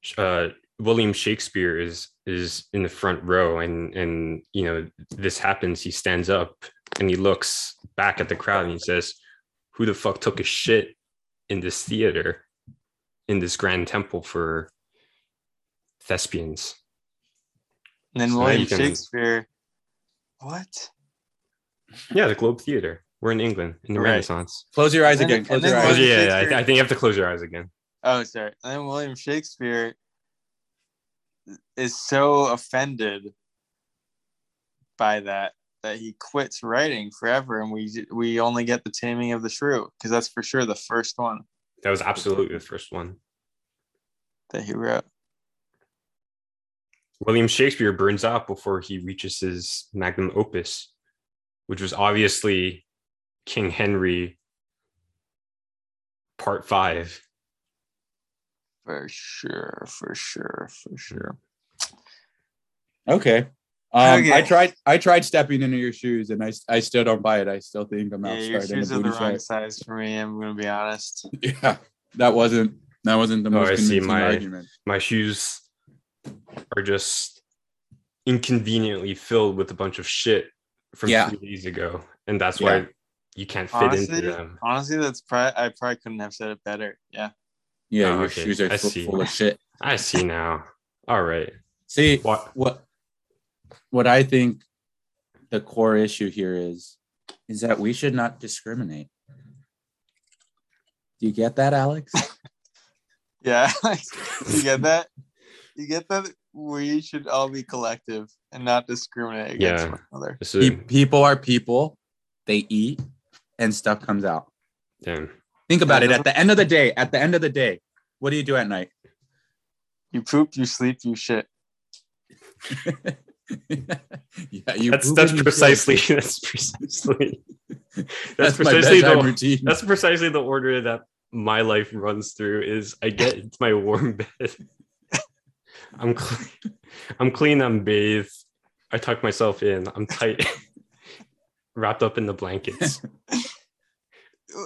Speaker 3: Sh- Uh, William Shakespeare is is in the front row, and and you know this happens. He stands up and he looks back at the crowd and he says, "Who the fuck took a shit in this theater, in this grand temple for thespians?"
Speaker 2: And then
Speaker 3: So now
Speaker 2: William
Speaker 3: you can-
Speaker 2: Shakespeare. What?
Speaker 3: Yeah, the Globe Theater. We're in England in the
Speaker 2: Right.
Speaker 3: Renaissance.
Speaker 1: Close your eyes
Speaker 2: And then-
Speaker 1: again.
Speaker 2: and
Speaker 1: Close your
Speaker 2: then
Speaker 3: Oh,
Speaker 1: eyes.
Speaker 2: William
Speaker 3: yeah, yeah, I,
Speaker 2: Shakespeare-
Speaker 3: th- I think you have to close your eyes again.
Speaker 2: Oh, sorry. And then William Shakespeare is so offended by that that he quits writing forever, and we we only get the Taming of the Shrew because that's for sure the first one
Speaker 3: That was absolutely the first one.
Speaker 2: that he wrote.
Speaker 3: William Shakespeare burns out before he reaches his magnum opus, which was obviously King Henry Part Five.
Speaker 2: For sure, for sure, for sure.
Speaker 1: Okay. Um,
Speaker 2: Okay.
Speaker 1: I tried. I tried stepping into your shoes, and I, I still don't buy it. I still think I'm
Speaker 2: Yeah,
Speaker 1: out
Speaker 2: your
Speaker 1: starting a
Speaker 2: shoes are the
Speaker 1: booty
Speaker 2: wrong
Speaker 1: shark.
Speaker 2: size for me. I'm gonna be honest.
Speaker 1: [laughs] Yeah, that wasn't that wasn't the
Speaker 3: Oh,
Speaker 1: most
Speaker 3: I see
Speaker 1: convincing
Speaker 3: my-
Speaker 1: argument.
Speaker 3: My shoes are just inconveniently filled with a bunch of shit from
Speaker 1: Yeah.
Speaker 3: three days ago, and that's why you can't fit
Speaker 2: Honestly,
Speaker 3: into them.
Speaker 2: Honestly, that's probably I probably couldn't have said it better. Yeah.
Speaker 1: Yeah,
Speaker 3: Oh,
Speaker 1: your
Speaker 3: okay.
Speaker 1: shoes are
Speaker 3: I
Speaker 1: full,
Speaker 3: see.
Speaker 1: full of shit.
Speaker 3: I see now. All right.
Speaker 1: See
Speaker 3: What?
Speaker 1: what what I think the core issue here is is that we should not discriminate. Do you get that, Alex?
Speaker 2: Yeah. [laughs]
Speaker 3: [laughs]
Speaker 2: you get that? You get that we should all be collective and not discriminate against
Speaker 3: Yeah.
Speaker 2: one another.
Speaker 3: This
Speaker 1: Pe-
Speaker 3: is,
Speaker 1: people are people. They eat, and stuff comes out.
Speaker 3: damn.
Speaker 1: Think about it. At the end of the day, at the end of the day, what do you do at night? [laughs]
Speaker 2: You poop, you sleep, you shit.
Speaker 1: yeah, you.
Speaker 3: That's
Speaker 1: poop
Speaker 3: that's
Speaker 1: and you shit.
Speaker 3: precisely [laughs] that's
Speaker 1: [laughs]
Speaker 3: precisely that's,
Speaker 1: my
Speaker 3: precisely
Speaker 1: bedtime
Speaker 3: the
Speaker 1: routine.
Speaker 3: that's precisely the order that my life runs through is I get into my warm [laughs] bed. I'm clean. I'm clean, I'm bathed. I tuck myself in. I'm tight. [laughs] wrapped up in the blankets.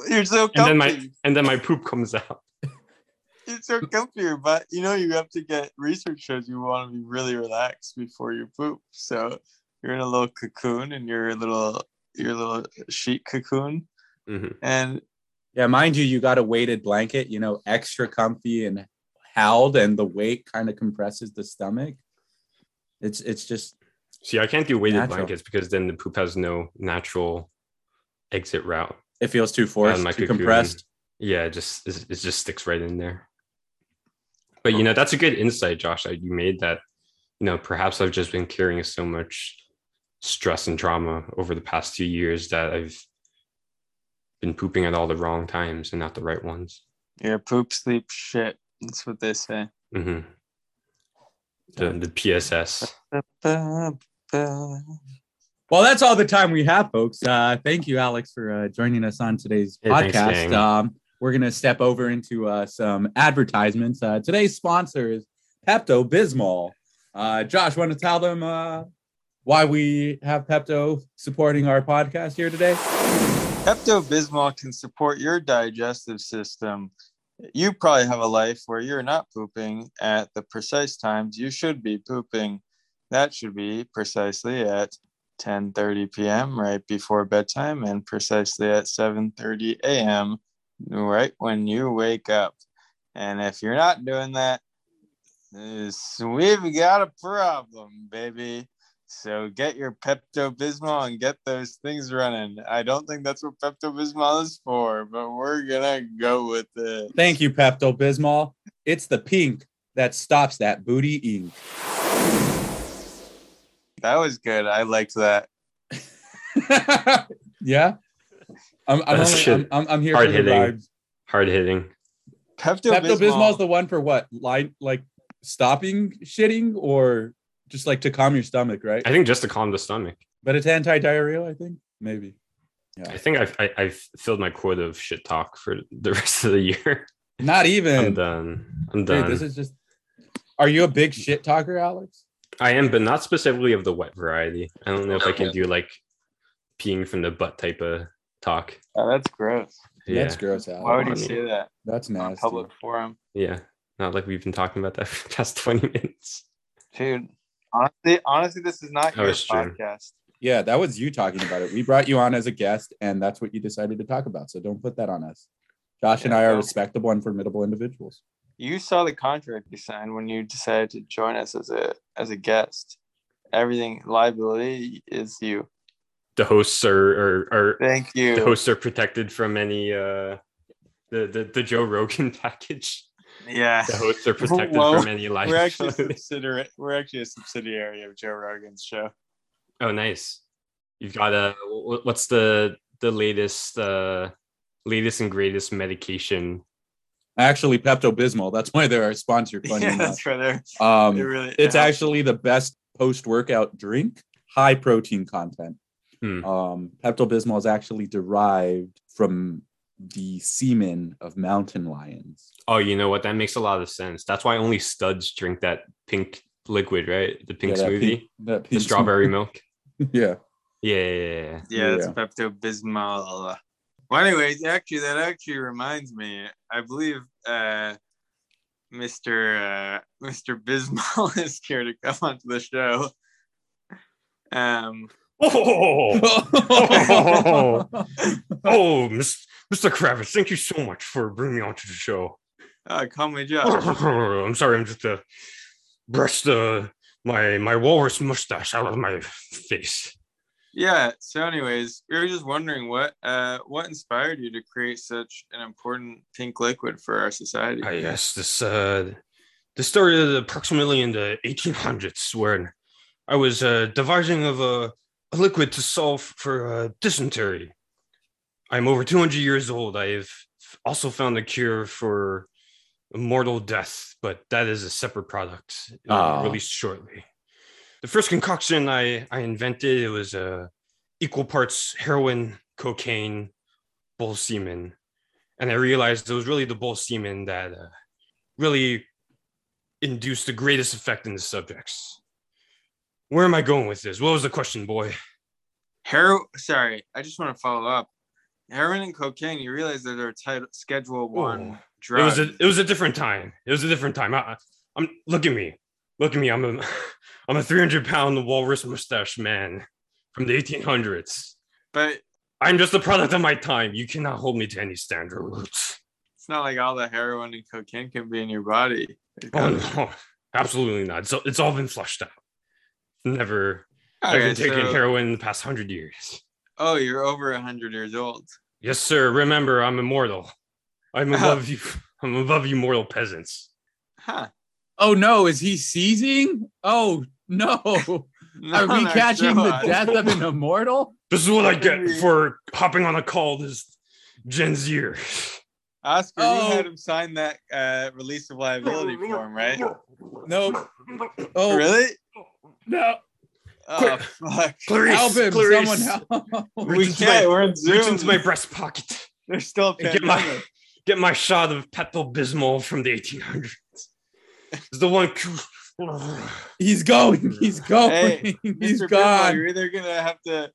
Speaker 2: You're so
Speaker 3: And
Speaker 2: comfy.
Speaker 3: then my and then my poop comes out.
Speaker 2: You're so comfy, but you know you have to get research shows you want to be really relaxed before you poop. So you're in a little cocoon and your little your little sheet cocoon.
Speaker 3: Mhm.
Speaker 2: And
Speaker 1: yeah, mind you, you got a weighted blanket, you know, extra comfy and howled and the weight kind of compresses the stomach. It's it's just
Speaker 3: See, I can't do weighted
Speaker 1: Natural.
Speaker 3: blankets because then the poop has no natural exit route.
Speaker 1: it feels too forced,
Speaker 3: my
Speaker 1: too
Speaker 3: cocoon.
Speaker 1: compressed.
Speaker 3: Yeah, it just it it just sticks right in there. But you know, that's a good insight, Josh, that you made that, you know, perhaps I've just been carrying so much stress and trauma over the past two years that I've been pooping at all the wrong times and not the right ones.
Speaker 2: Your poop sleep shit. That's what they say.
Speaker 3: hmm The, the PSS.
Speaker 1: Well, that's all the time we have, folks. Uh, thank you, Alex, for uh, joining us on today's
Speaker 3: Hey, thanks,
Speaker 1: podcast.
Speaker 3: gang.
Speaker 1: um, we're going to step over into uh, some advertisements. Uh, today's sponsor is Pepto Bismol. Uh, Josh, want to tell them uh, why we have Pepto supporting our podcast here today?
Speaker 2: Pepto Bismol can support your digestive system. You probably have a life where you're not pooping at the precise times you should be pooping. That should be precisely at 10:30 p.m. right before bedtime and precisely at 7:30 a.m. right when you wake up. And if you're not doing that, is- we've got a problem, baby. So get your Pepto Bismol and get those things running. I don't think that's what Pepto Bismol is for, but we're gonna go with it.
Speaker 1: Thank you, Pepto Bismol. It's the pink that stops that booty ink. [laughs]
Speaker 2: That was good. I liked that.
Speaker 1: yeah. I'm, I'm,
Speaker 3: That's
Speaker 1: only,
Speaker 3: shit.
Speaker 1: I'm, I'm, I'm here for the
Speaker 3: Hard-hitting.
Speaker 1: vibes.
Speaker 3: Hard hitting.
Speaker 2: Pepto
Speaker 1: Pepto Bismol is
Speaker 2: Bismol.
Speaker 1: the one for what? Line, like stopping shitting or just like to calm your stomach, right?
Speaker 3: I think just to calm the stomach.
Speaker 1: But it's anti-diarrheal, I think. Maybe.
Speaker 3: I think I've I, I've filled my quota of shit talk for the [laughs] rest of the year.
Speaker 1: Not
Speaker 3: I'm
Speaker 1: even.
Speaker 3: done. I'm done.
Speaker 1: Dude, this is just. Are you a big shit talker, Alex?
Speaker 3: I am, but not specifically of the wet variety. I don't know if I can do like peeing from the butt type of talk.
Speaker 2: Oh, that's gross.
Speaker 3: Yeah,
Speaker 1: Oh, That's gross,
Speaker 2: Why
Speaker 1: Alex.
Speaker 2: would you
Speaker 3: funny.
Speaker 2: say that
Speaker 1: That's
Speaker 2: on
Speaker 1: nasty.
Speaker 2: public forum,
Speaker 3: yeah. Not like we've been talking about that [laughs] for the past twenty minutes.
Speaker 2: dude? Honestly, honestly, this is not
Speaker 3: That
Speaker 2: your
Speaker 3: was true.
Speaker 2: podcast.
Speaker 1: Yeah, that was you talking about it. We brought you on as a guest, and that's what you decided to talk about. So don't put that on us. Josh and I are respectable and formidable individuals.
Speaker 2: You saw the contract you signed when you decided to join us as a as a guest. Everything liability is you.
Speaker 3: The hosts are are, are
Speaker 2: Thank you.
Speaker 3: the hosts are protected from any uh the, the, the Joe Rogan [laughs] package.
Speaker 2: Yeah.
Speaker 3: The
Speaker 2: [laughs]
Speaker 3: hosts are protected
Speaker 2: Whoa.
Speaker 3: from any
Speaker 2: Oh, [laughs] We're
Speaker 3: [laughs]
Speaker 2: actually
Speaker 3: liability.
Speaker 2: subsidiary. We're actually a subsidiary of Joe Rogan's
Speaker 3: [laughs]
Speaker 2: show.
Speaker 3: Oh, nice. You've got a wh- what's the the latest uh latest and greatest medication?
Speaker 1: Actually, Pepto Bismol. That's why they're our sponsor.
Speaker 2: [laughs]
Speaker 1: Funny
Speaker 2: yeah,
Speaker 1: enough.
Speaker 2: that's right there.
Speaker 1: Um,
Speaker 2: It really.
Speaker 1: it's
Speaker 2: yeah.
Speaker 1: actually the best post workout drink, high protein content.
Speaker 3: Hmm.
Speaker 1: Um, Pepto Bismol is actually derived from the semen of mountain lions.
Speaker 3: Oh, you know what? That makes a lot of sense. That's why only studs drink that pink liquid, right? The pink
Speaker 1: Yeah, that
Speaker 3: smoothie,
Speaker 1: pink- that
Speaker 3: the
Speaker 1: pink
Speaker 3: strawberry
Speaker 1: [laughs]
Speaker 3: milk.
Speaker 1: smoothie. yeah.
Speaker 3: Yeah, yeah, yeah, yeah.
Speaker 2: Yeah, it's
Speaker 1: Yeah.
Speaker 2: Pepto Bismol. Well, anyways, actually, that actually reminds me. I believe uh, Mr. Uh, Mr. Bismol [laughs] is here to come onto the show. Um,
Speaker 3: Oh,
Speaker 1: oh,
Speaker 3: oh, Miss, Mr. Kravitz, thank you so much for bringing me onto the show. [clears throat]
Speaker 2: uh, call me
Speaker 3: [laughs]
Speaker 2: Josh.
Speaker 3: I'm sorry, I'm just uh, brushed uh, my my walrus mustache out of my face.
Speaker 2: yeah. So, anyways, we were just wondering what uh, what inspired you to create such an important pink liquid for our society.
Speaker 3: Ah, yes, this uh, this started approximately in the 1800s when I was uh, devising of a, a liquid to solve for uh, dysentery. I'm over 200 years old. I've also found a cure for mortal death, but that is a separate product uh,
Speaker 1: Ah.
Speaker 3: released shortly. The first concoction I, I invented it was uh, equal parts heroin, cocaine, bull semen, and I realized it was really the bull semen that uh, really induced the greatest effect in the subjects. Where am I going with this? What was the question, boy?
Speaker 2: Hero, sorry, I just want to follow up. Heroin and cocaine. You realize that they're title Schedule One
Speaker 3: Oh,
Speaker 2: drug.
Speaker 3: It was a it was a different time. It was a different time. I, I- I'm look at me, look at me. I'm
Speaker 5: [laughs]
Speaker 3: a I'm a 300 pound walrus mustache man from the 1800s.
Speaker 2: but
Speaker 3: I'm just the product of my time. You cannot hold me to any standards.
Speaker 2: it's not like all the heroin and cocaine can be in your body.
Speaker 5: Oh [laughs] no, absolutely not. So it's all been flushed out. Never. I've
Speaker 2: Okay,
Speaker 5: been taking
Speaker 2: so-
Speaker 5: heroin the past hundred years.
Speaker 2: Oh, you're over hundred years old.
Speaker 5: Yes, sir. Remember, I'm immortal. I'm above you. I'm above you, mortal peasants.
Speaker 2: Huh.
Speaker 1: [laughs] Oh no, is he seizing? Oh no. Are we
Speaker 2: No,
Speaker 1: catching the
Speaker 2: Josh.
Speaker 1: death of an immortal?
Speaker 5: This is what I get for hopping on a call this Gen Zer.
Speaker 2: Oscar,
Speaker 1: Oh.
Speaker 2: you had him sign that uh, release of liability form, right?
Speaker 1: No. Oh
Speaker 2: Really?
Speaker 1: no.
Speaker 2: Oh,
Speaker 5: Quick.
Speaker 2: fuck.
Speaker 5: Clarice,
Speaker 1: Help him,
Speaker 5: Clarice,
Speaker 1: someone help.
Speaker 2: We
Speaker 5: into
Speaker 2: can't.
Speaker 5: my-
Speaker 2: We're in
Speaker 5: reach
Speaker 2: Zoom.
Speaker 5: into my breast pocket
Speaker 2: There's still a
Speaker 5: and [laughs] get my
Speaker 2: pandemic.
Speaker 5: get my shot of Pepto Bismol from the 1800s. It's the one.
Speaker 1: [laughs] He's going. He's going. [laughs]
Speaker 2: Hey,
Speaker 1: he's
Speaker 2: Mr. Bimball,
Speaker 1: gone.
Speaker 2: You're either gonna have to.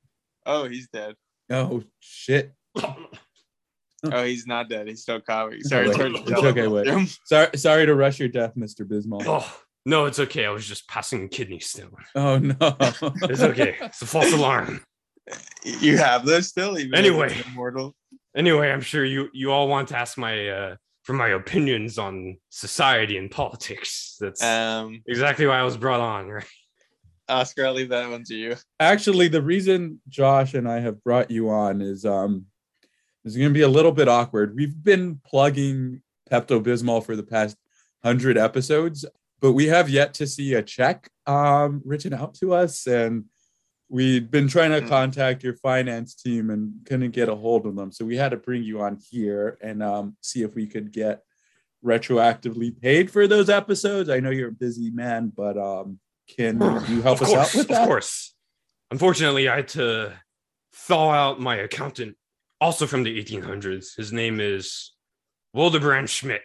Speaker 2: Oh, he's dead.
Speaker 1: Oh shit.
Speaker 2: Oh, he's not dead. He's still comic. Sorry,
Speaker 1: Wait,
Speaker 2: sorry to
Speaker 5: it's
Speaker 2: tell
Speaker 1: okay,
Speaker 2: you.
Speaker 1: wait. Sorry sorry to rush your death, Mr. Bismol.
Speaker 5: Oh no, it's okay. I was just passing a kidney stone.
Speaker 1: Oh no.
Speaker 5: It's okay. It's a false alarm.
Speaker 2: You have those still, even if
Speaker 5: Anyway.
Speaker 2: it's immortal.
Speaker 5: Anyway, I'm sure you you all want to ask my uh, for my opinions on society and politics. That's
Speaker 2: Um,
Speaker 5: exactly why I was brought on, right?
Speaker 2: Oscar, I'll leave that one to you.
Speaker 1: Actually, the reason Josh and I have brought you on is um this is gonna be a little bit awkward. We've been plugging Pepto Bismol for the past hundred episodes, but we have yet to see a check um written out to us. And we've been trying to
Speaker 2: Hmm.
Speaker 1: contact your finance team and couldn't get a hold of them. So we had to bring you on here and um see if we could get retroactively paid for those episodes. I know you're a busy man, but um can you help
Speaker 5: Hmm.
Speaker 1: us
Speaker 5: of course,
Speaker 1: out with
Speaker 5: of
Speaker 1: that?
Speaker 5: course. Unfortunately, I had to thaw out my accountant, also from the 1800s. His name is Wildebrand Schmidt,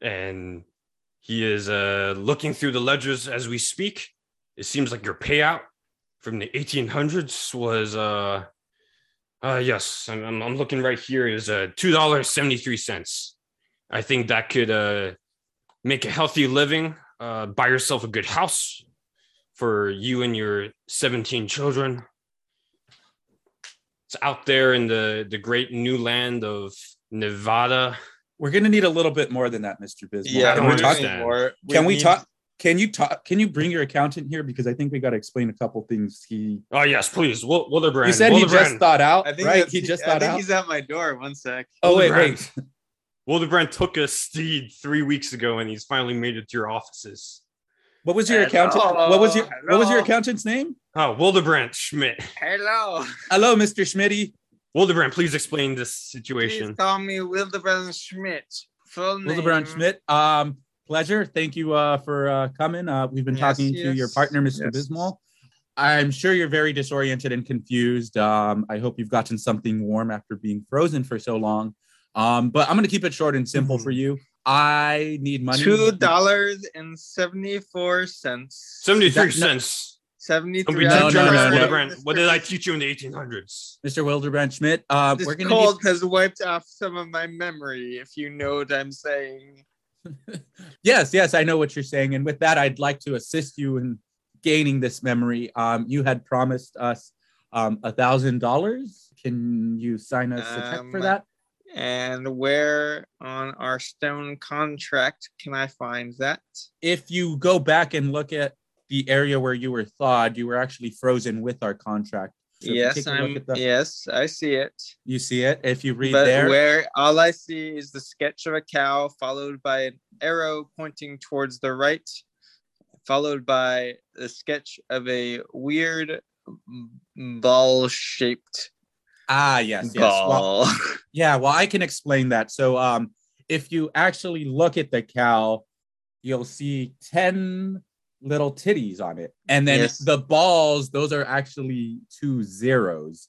Speaker 5: and he is uh, looking through the ledgers as we speak. It seems like your payout from the 1800s was, uh, uh yes, I'm, I'm, I'm looking right here. Is uh, two dollars seventy three cents. I think that could uh, make a healthy living. Uh, buy yourself a good house, for you and your 17 children. It's out there in the, the great new land of Nevada.
Speaker 1: We're gonna need a little bit more than that, Mr. Bismarck.
Speaker 2: Yeah,
Speaker 5: don't
Speaker 1: can we
Speaker 2: we're
Speaker 1: talk?
Speaker 2: talking
Speaker 5: understand.
Speaker 2: more.
Speaker 1: Can we
Speaker 2: need-
Speaker 1: talk? Can you talk? Can you bring your accountant here because I think we got to explain a couple things. He
Speaker 5: Oh, yes, please. Wil- Wildebrand.
Speaker 1: you said he just
Speaker 5: Wildebrand.
Speaker 1: thought out,
Speaker 2: I think
Speaker 1: right?
Speaker 2: that's-
Speaker 1: He just
Speaker 2: I
Speaker 1: thought
Speaker 2: think
Speaker 1: out.
Speaker 2: he's at my door. One sec.
Speaker 1: Oh wait, wait.
Speaker 5: Wildebrand. Wildebrand took a steed three weeks ago and he's finally made it to your offices.
Speaker 1: What was your
Speaker 2: Hello,
Speaker 1: accountant? What was your What was your
Speaker 2: hello.
Speaker 1: accountant's name?
Speaker 5: Oh, Wildebrand Schmidt.
Speaker 2: Hello.
Speaker 1: Hello, Mr. Schmitty.
Speaker 5: Wildebrand, please explain this
Speaker 2: Please
Speaker 5: situation.
Speaker 2: call me Wildebrand Schmidt. Full name.
Speaker 1: Wildebrand Schmidt. Um, pleasure. Thank you uh, for uh, coming. Uh, we've been
Speaker 2: Yes,
Speaker 1: talking to
Speaker 2: yes,
Speaker 1: your partner, Mr.
Speaker 2: yes.
Speaker 1: Bismol. I'm sure you're very disoriented and confused. Um, I hope you've gotten something warm after being frozen for so long. Um, but I'm going to keep it short and simple for you. I need money.
Speaker 2: Mm-hmm. Two dollars and seventy-four cents.
Speaker 5: 73
Speaker 1: That- no-
Speaker 5: cents. Don't
Speaker 2: Seventy-three.
Speaker 5: be too
Speaker 1: No, no, no,
Speaker 5: generous,
Speaker 1: no, no.
Speaker 5: Wildebrand. What did I teach you in the 1800s?
Speaker 1: Mr. Wildebrand Schmidt. Uh,
Speaker 2: This
Speaker 1: we're going to
Speaker 2: cold has wiped off some of my memory. If you know what I'm saying.
Speaker 1: [laughs] Yes, yes, I know what you're saying. And with that, I'd like to assist you in gaining this memory. Um, you had promised us um a thousand dollars. Can you sign us a check for
Speaker 2: Um,
Speaker 1: that?
Speaker 2: And where on our stone contract can I find that?
Speaker 1: If you go back and look at the area where you were thawed, you were actually frozen with our contract. So if you
Speaker 2: yes,
Speaker 1: take a look
Speaker 2: I'm.
Speaker 1: at the-
Speaker 2: Yes, I see it.
Speaker 1: You see it? If you read
Speaker 2: but
Speaker 1: there,
Speaker 2: where all I see is the sketch of a cow followed by an arrow pointing towards the right, followed by the sketch of a weird ball shaped
Speaker 1: ah, yes, yes. Well,
Speaker 2: ball. [laughs]
Speaker 1: Yeah, well, I can explain that. So, um, if you actually look at the cow, you'll see 10 little titties on it. And then
Speaker 2: Yes.
Speaker 1: the balls, those are actually two zeros.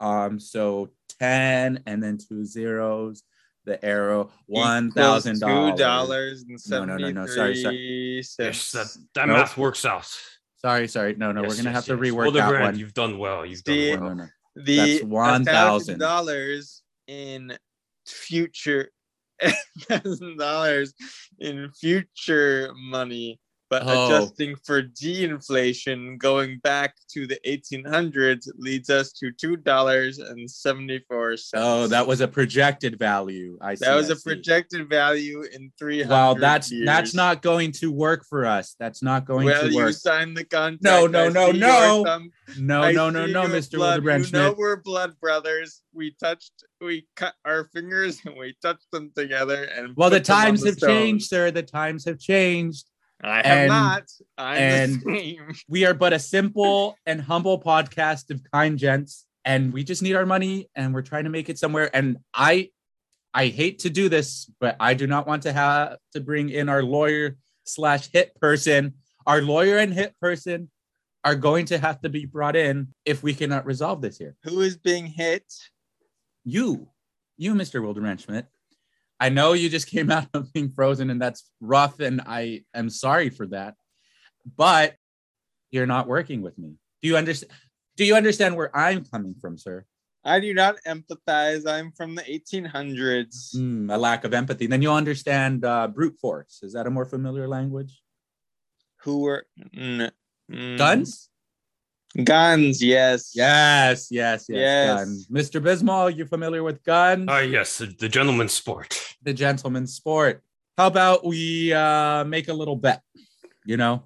Speaker 1: Um, so 10 and then two zeros, the arrow, one thousand
Speaker 2: Equals Two
Speaker 1: dollars.
Speaker 2: dollars and
Speaker 1: No, no, no, no, sorry,
Speaker 2: seventy-three
Speaker 5: Yes,
Speaker 2: cents.
Speaker 5: that, that
Speaker 1: Nope.
Speaker 5: math works out.
Speaker 1: Sorry, sorry. No, no,
Speaker 5: Yes,
Speaker 1: we're gonna
Speaker 5: yes,
Speaker 1: have to
Speaker 5: yes.
Speaker 1: rework that
Speaker 5: Wildebrand,
Speaker 1: one.
Speaker 5: You've done well. You've
Speaker 2: See?
Speaker 5: done
Speaker 1: No,
Speaker 5: well.
Speaker 1: no, no.
Speaker 2: the
Speaker 1: That's $1,000.
Speaker 2: dollars in [laughs] future thousand dollars in future money But
Speaker 1: Oh.
Speaker 2: adjusting for de-inflation going back to the 1800s leads us to two dollars and seventy-four cents.
Speaker 1: Oh, that was a projected value. I see.
Speaker 2: that was
Speaker 1: I
Speaker 2: a
Speaker 1: see.
Speaker 2: projected value in three hundred.
Speaker 1: Wow, that's
Speaker 2: years.
Speaker 1: that's not going to work for us. That's not going
Speaker 2: well.
Speaker 1: to
Speaker 2: You
Speaker 1: work.
Speaker 2: signed the contract.
Speaker 1: No, no,
Speaker 2: I
Speaker 1: no,
Speaker 2: see
Speaker 1: no.
Speaker 2: your thumb.
Speaker 1: No,
Speaker 2: I
Speaker 1: no, no,
Speaker 2: see
Speaker 1: no,
Speaker 2: your
Speaker 1: Mr.
Speaker 2: blood.
Speaker 1: Wildebrand
Speaker 2: You know
Speaker 1: Schmidt.
Speaker 2: we're blood brothers. We touched, we cut our fingers, [laughs] and we touched them together. And
Speaker 1: Well, the
Speaker 2: put them on
Speaker 1: times
Speaker 2: the
Speaker 1: have
Speaker 2: stone.
Speaker 1: changed, sir. The times have changed.
Speaker 2: I have
Speaker 1: and-
Speaker 2: not. I'm
Speaker 1: and-
Speaker 2: the same. [laughs]
Speaker 1: We are but a simple and humble podcast of kind gents, and we just need our money, and we're trying to make it somewhere. And I, I hate to do this, but I do not want to have to bring in our lawyer slash hit person. Our lawyer and hit person are going to have to be brought in if we cannot resolve this here.
Speaker 2: Who is being hit?
Speaker 1: you, you, Mr. Wilderman Schmidt. I know you just came [laughs] out of being frozen, and that's rough, and I am sorry for that. But you're not working with me. Do you understand? Do you understand where I'm coming from, sir?
Speaker 2: I do not empathize. I'm from the 1800s.
Speaker 1: Hmm, a lack of empathy. Then you'll understand uh, brute force. Is that a more familiar language?
Speaker 2: Who were mm, mm.
Speaker 1: Guns?
Speaker 2: Guns. Yes.
Speaker 1: Yes, yes, yes.
Speaker 2: Yes.
Speaker 1: Guns. Mr. Bismol, you familiar with guns?
Speaker 5: Ah, yes, the gentleman's sport.
Speaker 1: the gentleman's sport. How about we uh, make a little bet? You know,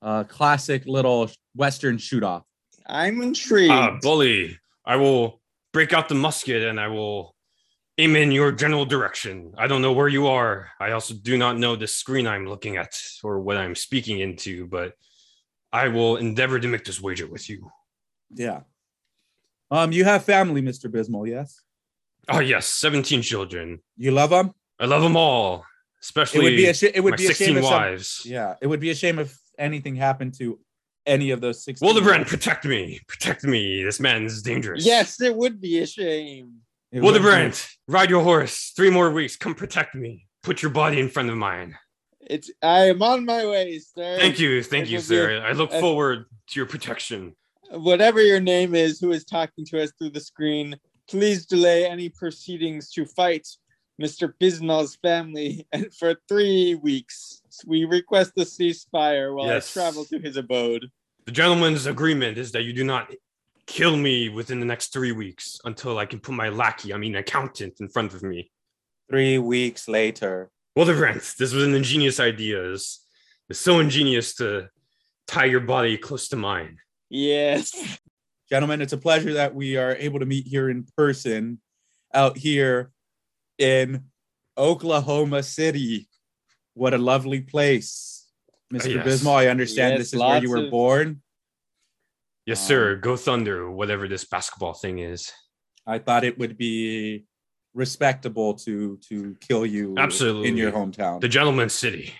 Speaker 1: uh, classic little Western shoot off.
Speaker 2: I'm intrigued.
Speaker 5: Ah, bully! I will break out the musket and I will aim in your general direction. I don't know where you are. I also do not know the screen I'm looking at or what I'm speaking into, but I will endeavor to make this wager with you.
Speaker 1: Yeah. Um, you have family, Mr. Bismol, yes?
Speaker 5: Ah, yes, 17 children.
Speaker 1: You love them?
Speaker 5: I love them all,
Speaker 1: It
Speaker 5: especially
Speaker 1: would be a sh- it
Speaker 5: my
Speaker 1: would be a shame
Speaker 5: 16
Speaker 1: if some-
Speaker 5: wives.
Speaker 1: yeah, it would be a shame if anything happened to any of those six.
Speaker 5: Wildebrand, protect me. Protect me. This man's dangerous.
Speaker 2: yes, it would be a shame.
Speaker 5: Wildebrand, ride your horse. Three more weeks. Come protect me. Put your body in front of mine.
Speaker 2: It's. I am on my way, sir.
Speaker 5: Thank you. Thank
Speaker 2: It
Speaker 5: you,
Speaker 2: will be
Speaker 5: sir. I look
Speaker 2: a-
Speaker 5: forward to your protection.
Speaker 2: whatever your name is who is talking to us through the screen, please delay any proceedings to fight Mr. Bismal's family [laughs] and for three weeks. We request a ceasefire while
Speaker 5: Yes.
Speaker 2: I travel to his abode.
Speaker 5: The gentleman's agreement is that you do not kill me within the next three weeks until I can put my lackey, I mean accountant, in front of me.
Speaker 1: Three weeks later.
Speaker 5: Wildebrand, this was an ingenious idea. It's, it's so ingenious to tie your body close to mine.
Speaker 2: Yes.
Speaker 1: Gentlemen, it's a pleasure that we are able to meet here in person out here in Oklahoma City. What a lovely place. Mr.
Speaker 5: yes.
Speaker 1: Bismol, I understand
Speaker 2: Yes,
Speaker 1: this is where
Speaker 2: lots
Speaker 1: you were
Speaker 2: of-
Speaker 1: born.
Speaker 5: Yes,
Speaker 1: Um,
Speaker 5: sir. Go Thunder, whatever this basketball thing is.
Speaker 1: I thought it would be respectable to to kill you
Speaker 5: Absolutely.
Speaker 1: in your hometown.
Speaker 5: The
Speaker 1: The,
Speaker 5: Gentleman's City,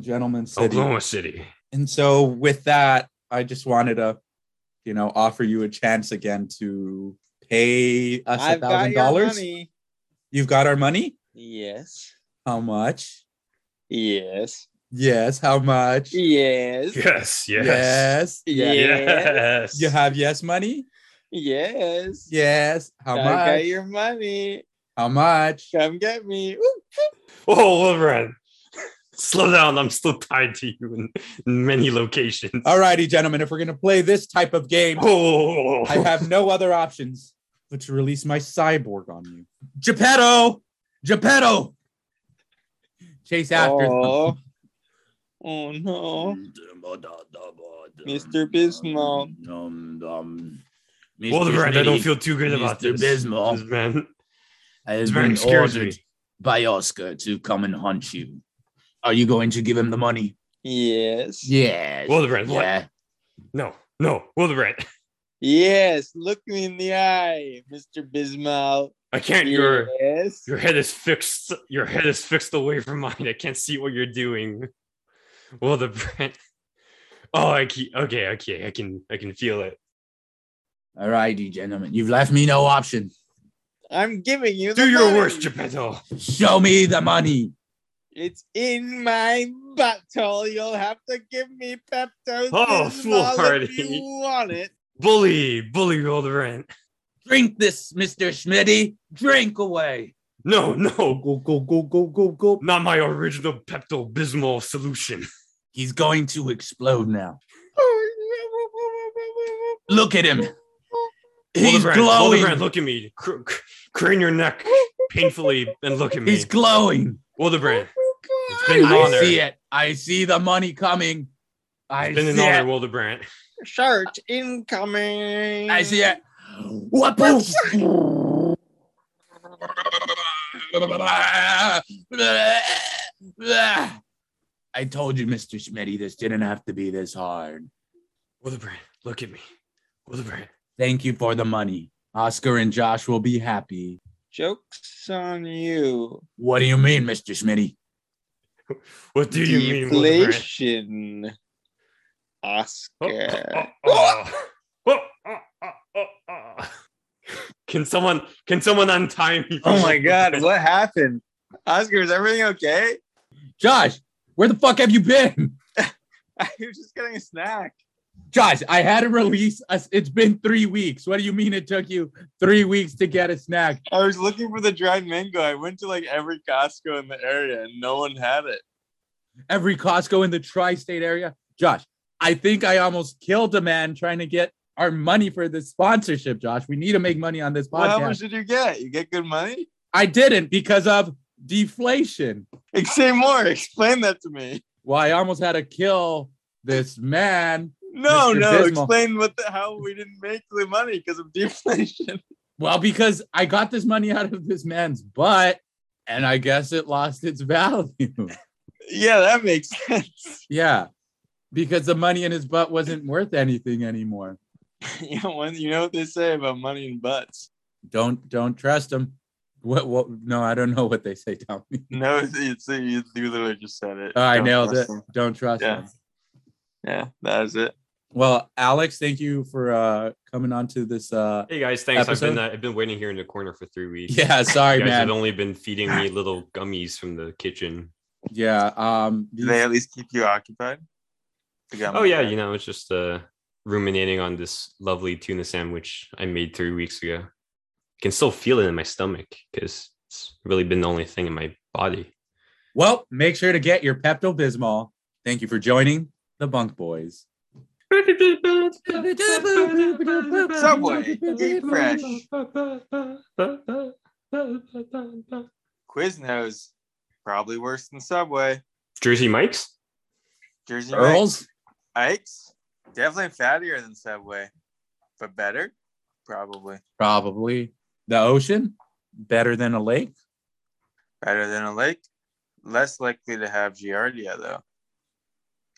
Speaker 1: gentleman city.
Speaker 5: Oklahoma City.
Speaker 1: And so with that, I just wanted to, you know, offer you a chance again to pay us a
Speaker 2: I've got
Speaker 1: thousand
Speaker 2: your
Speaker 1: dollars.
Speaker 2: money.
Speaker 1: You've got our money?
Speaker 2: Yes.
Speaker 1: How much?
Speaker 2: Yes.
Speaker 1: Yes, how much?
Speaker 2: Yes.
Speaker 5: Yes, yes,
Speaker 1: Yes.
Speaker 2: Yeah.
Speaker 5: yes.
Speaker 1: You have yes money?
Speaker 2: Yes.
Speaker 1: Yes. How
Speaker 2: I
Speaker 1: much?
Speaker 2: got your money.
Speaker 1: How much?
Speaker 2: Come get me. Woo.
Speaker 5: Oh, Wolverine. [laughs] Slow down. I'm still tied to you in in many locations.
Speaker 1: All righty, gentlemen, if we're going to play this type of game,
Speaker 5: Oh,
Speaker 1: I have no other options but to release my cyborg on you. Geppetto! Geppetto! Chase after
Speaker 2: Oh. oh no. Mr. Bismol.
Speaker 5: Wolverine, I don't feel too good about
Speaker 6: Mr.
Speaker 5: this.
Speaker 6: Bismol.
Speaker 5: This man.
Speaker 6: I have
Speaker 5: This man
Speaker 6: been
Speaker 5: scares
Speaker 6: ordered
Speaker 5: me.
Speaker 6: by Oscar to come and hunt you. Are you going to give him the money?
Speaker 2: Yes.
Speaker 6: Yes.
Speaker 5: Wolverine, what?
Speaker 6: yeah.
Speaker 5: No, no, Wolverine. [laughs]
Speaker 2: Yes, look me in the eye, Mr. Bismal.
Speaker 5: I can't. Your
Speaker 2: Yes.
Speaker 5: your head is fixed. Your head is fixed away from mine. I can't see what you're doing. Wolverine. [laughs] Oh, I keep. Okay, okay. I can. I can feel it.
Speaker 6: All righty, gentlemen. You've left me no option.
Speaker 2: I'm giving you the
Speaker 5: Do your
Speaker 2: money.
Speaker 5: worst, Geppetto.
Speaker 6: Show me the money.
Speaker 2: It's in my bottle. You'll have to give me Pepto.
Speaker 5: Oh,
Speaker 2: Bismol if
Speaker 5: Florty.
Speaker 2: you want it.
Speaker 5: Bully, bully Wolverine.
Speaker 6: Drink this, Mr. Schmitty. Drink away.
Speaker 5: No, no,
Speaker 1: go, go, go, go, go, go.
Speaker 5: not my original Pepto Bismol solution.
Speaker 1: He's going to explode now. Look at him. [laughs] He's
Speaker 5: Hildebrand,
Speaker 1: glowing.
Speaker 5: Hildebrand, look at me. Cr- cr- crane your neck painfully and look at me.
Speaker 1: He's glowing.
Speaker 5: Wildebrand. It's been an
Speaker 1: I
Speaker 5: honor.
Speaker 1: see it. I see the money coming. I
Speaker 5: It's been
Speaker 1: see
Speaker 5: an honor,
Speaker 1: it.
Speaker 5: Wildebrand.
Speaker 2: Shark incoming.
Speaker 1: I see it. What? poof. I told you, Mr. Schmitty, this didn't have to be this hard.
Speaker 5: Wildebrand, look at me. Wildebrand.
Speaker 1: Thank you for the money. Oscar and Josh will be happy.
Speaker 2: Jokes on you.
Speaker 1: What do you mean, Mr. Schmitty?
Speaker 5: What do you mean, Wildebrand?
Speaker 2: Deflation. Oscar.
Speaker 5: Oh,
Speaker 1: [laughs]
Speaker 5: oh, oh. Oh, oh, oh, oh. Can someone can someone untie me?
Speaker 2: Oh my God! What happened? Oscar, is everything okay? [laughs]
Speaker 1: Josh, where the fuck have you been?
Speaker 2: I was just getting a snack.
Speaker 1: Josh, I had to release us. It's been three weeks. What do you mean it took you three weeks to get a snack?
Speaker 2: I was looking for the dried mango. I went to like every Costco in the area, and no one had it.
Speaker 1: Every Costco in the tri state area. Josh, I think I almost killed a man trying to get our money for this sponsorship, Josh. We need to make money on this
Speaker 2: Well, how
Speaker 1: podcast.
Speaker 2: much did you get? You get good money? [laughs]
Speaker 1: I didn't because of deflation.
Speaker 2: Ex- Say more. Explain that to me. [laughs]
Speaker 1: Well, I almost had to kill this man.
Speaker 2: No,
Speaker 1: Mr.
Speaker 2: no.
Speaker 1: Bismol.
Speaker 2: Explain what the how we didn't make the money because of [laughs] deflation.
Speaker 1: Well, because I got this money out of this man's butt, and I guess it lost its [laughs] value.
Speaker 2: yeah, that makes [laughs] sense.
Speaker 1: yeah, because the money in his butt wasn't worth anything anymore.
Speaker 2: you know, when, you know what they say about money and butts.
Speaker 1: Don't don't trust him. What what? No, I don't know what they say. Tell me.
Speaker 2: No, it's, it's you, you literally just said it.
Speaker 1: Oh, I
Speaker 2: Don't
Speaker 1: nailed
Speaker 2: trust
Speaker 1: it.
Speaker 2: them.
Speaker 1: Don't trust
Speaker 2: Yeah.
Speaker 1: him.
Speaker 2: Yeah, that was it.
Speaker 1: Well, Alex, thank you for uh coming on to this. uh [laughs]
Speaker 5: Hey guys, thanks. I've
Speaker 1: Episode?
Speaker 5: been uh, I've been waiting here in the corner for three weeks.
Speaker 1: Yeah, sorry,
Speaker 5: you guys have
Speaker 1: man.
Speaker 5: only been feeding me little gummies from the kitchen.
Speaker 1: Yeah. Um.
Speaker 2: Do they at least keep you occupied?
Speaker 5: Oh yeah, you know, it's just uh ruminating on this lovely tuna sandwich I made three weeks ago. can still feel it in my stomach because it's really been the only thing in my body.
Speaker 1: Well, make sure to get your Pepto Bismol. Thank you for joining the Bunk Boys.
Speaker 2: Subway, eat fresh. Quiznos, probably worse than Subway.
Speaker 5: Jersey Mike's?
Speaker 2: Jersey Mike's,
Speaker 1: Earls,
Speaker 2: Ike's, definitely fattier than Subway, but better, probably
Speaker 1: probably. The ocean, better than a lake.
Speaker 2: better than a lake. Less likely to have Giardia though.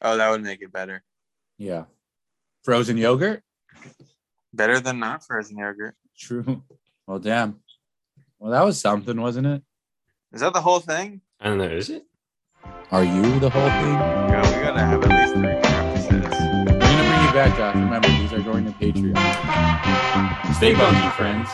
Speaker 2: Oh, that would make it better.
Speaker 1: Yeah. Frozen yogurt,
Speaker 2: Better than not frozen yogurt.
Speaker 1: true. Well, damn. Well, that was something, wasn't it?
Speaker 2: Is that the whole thing?
Speaker 5: I don't know, is it?
Speaker 1: Are you the whole thing?
Speaker 2: Yo, we gotta have at least three more episodes.
Speaker 1: We're gonna bring you back, Josh. Remember, these are going to Patreon. Stay bunky, friends.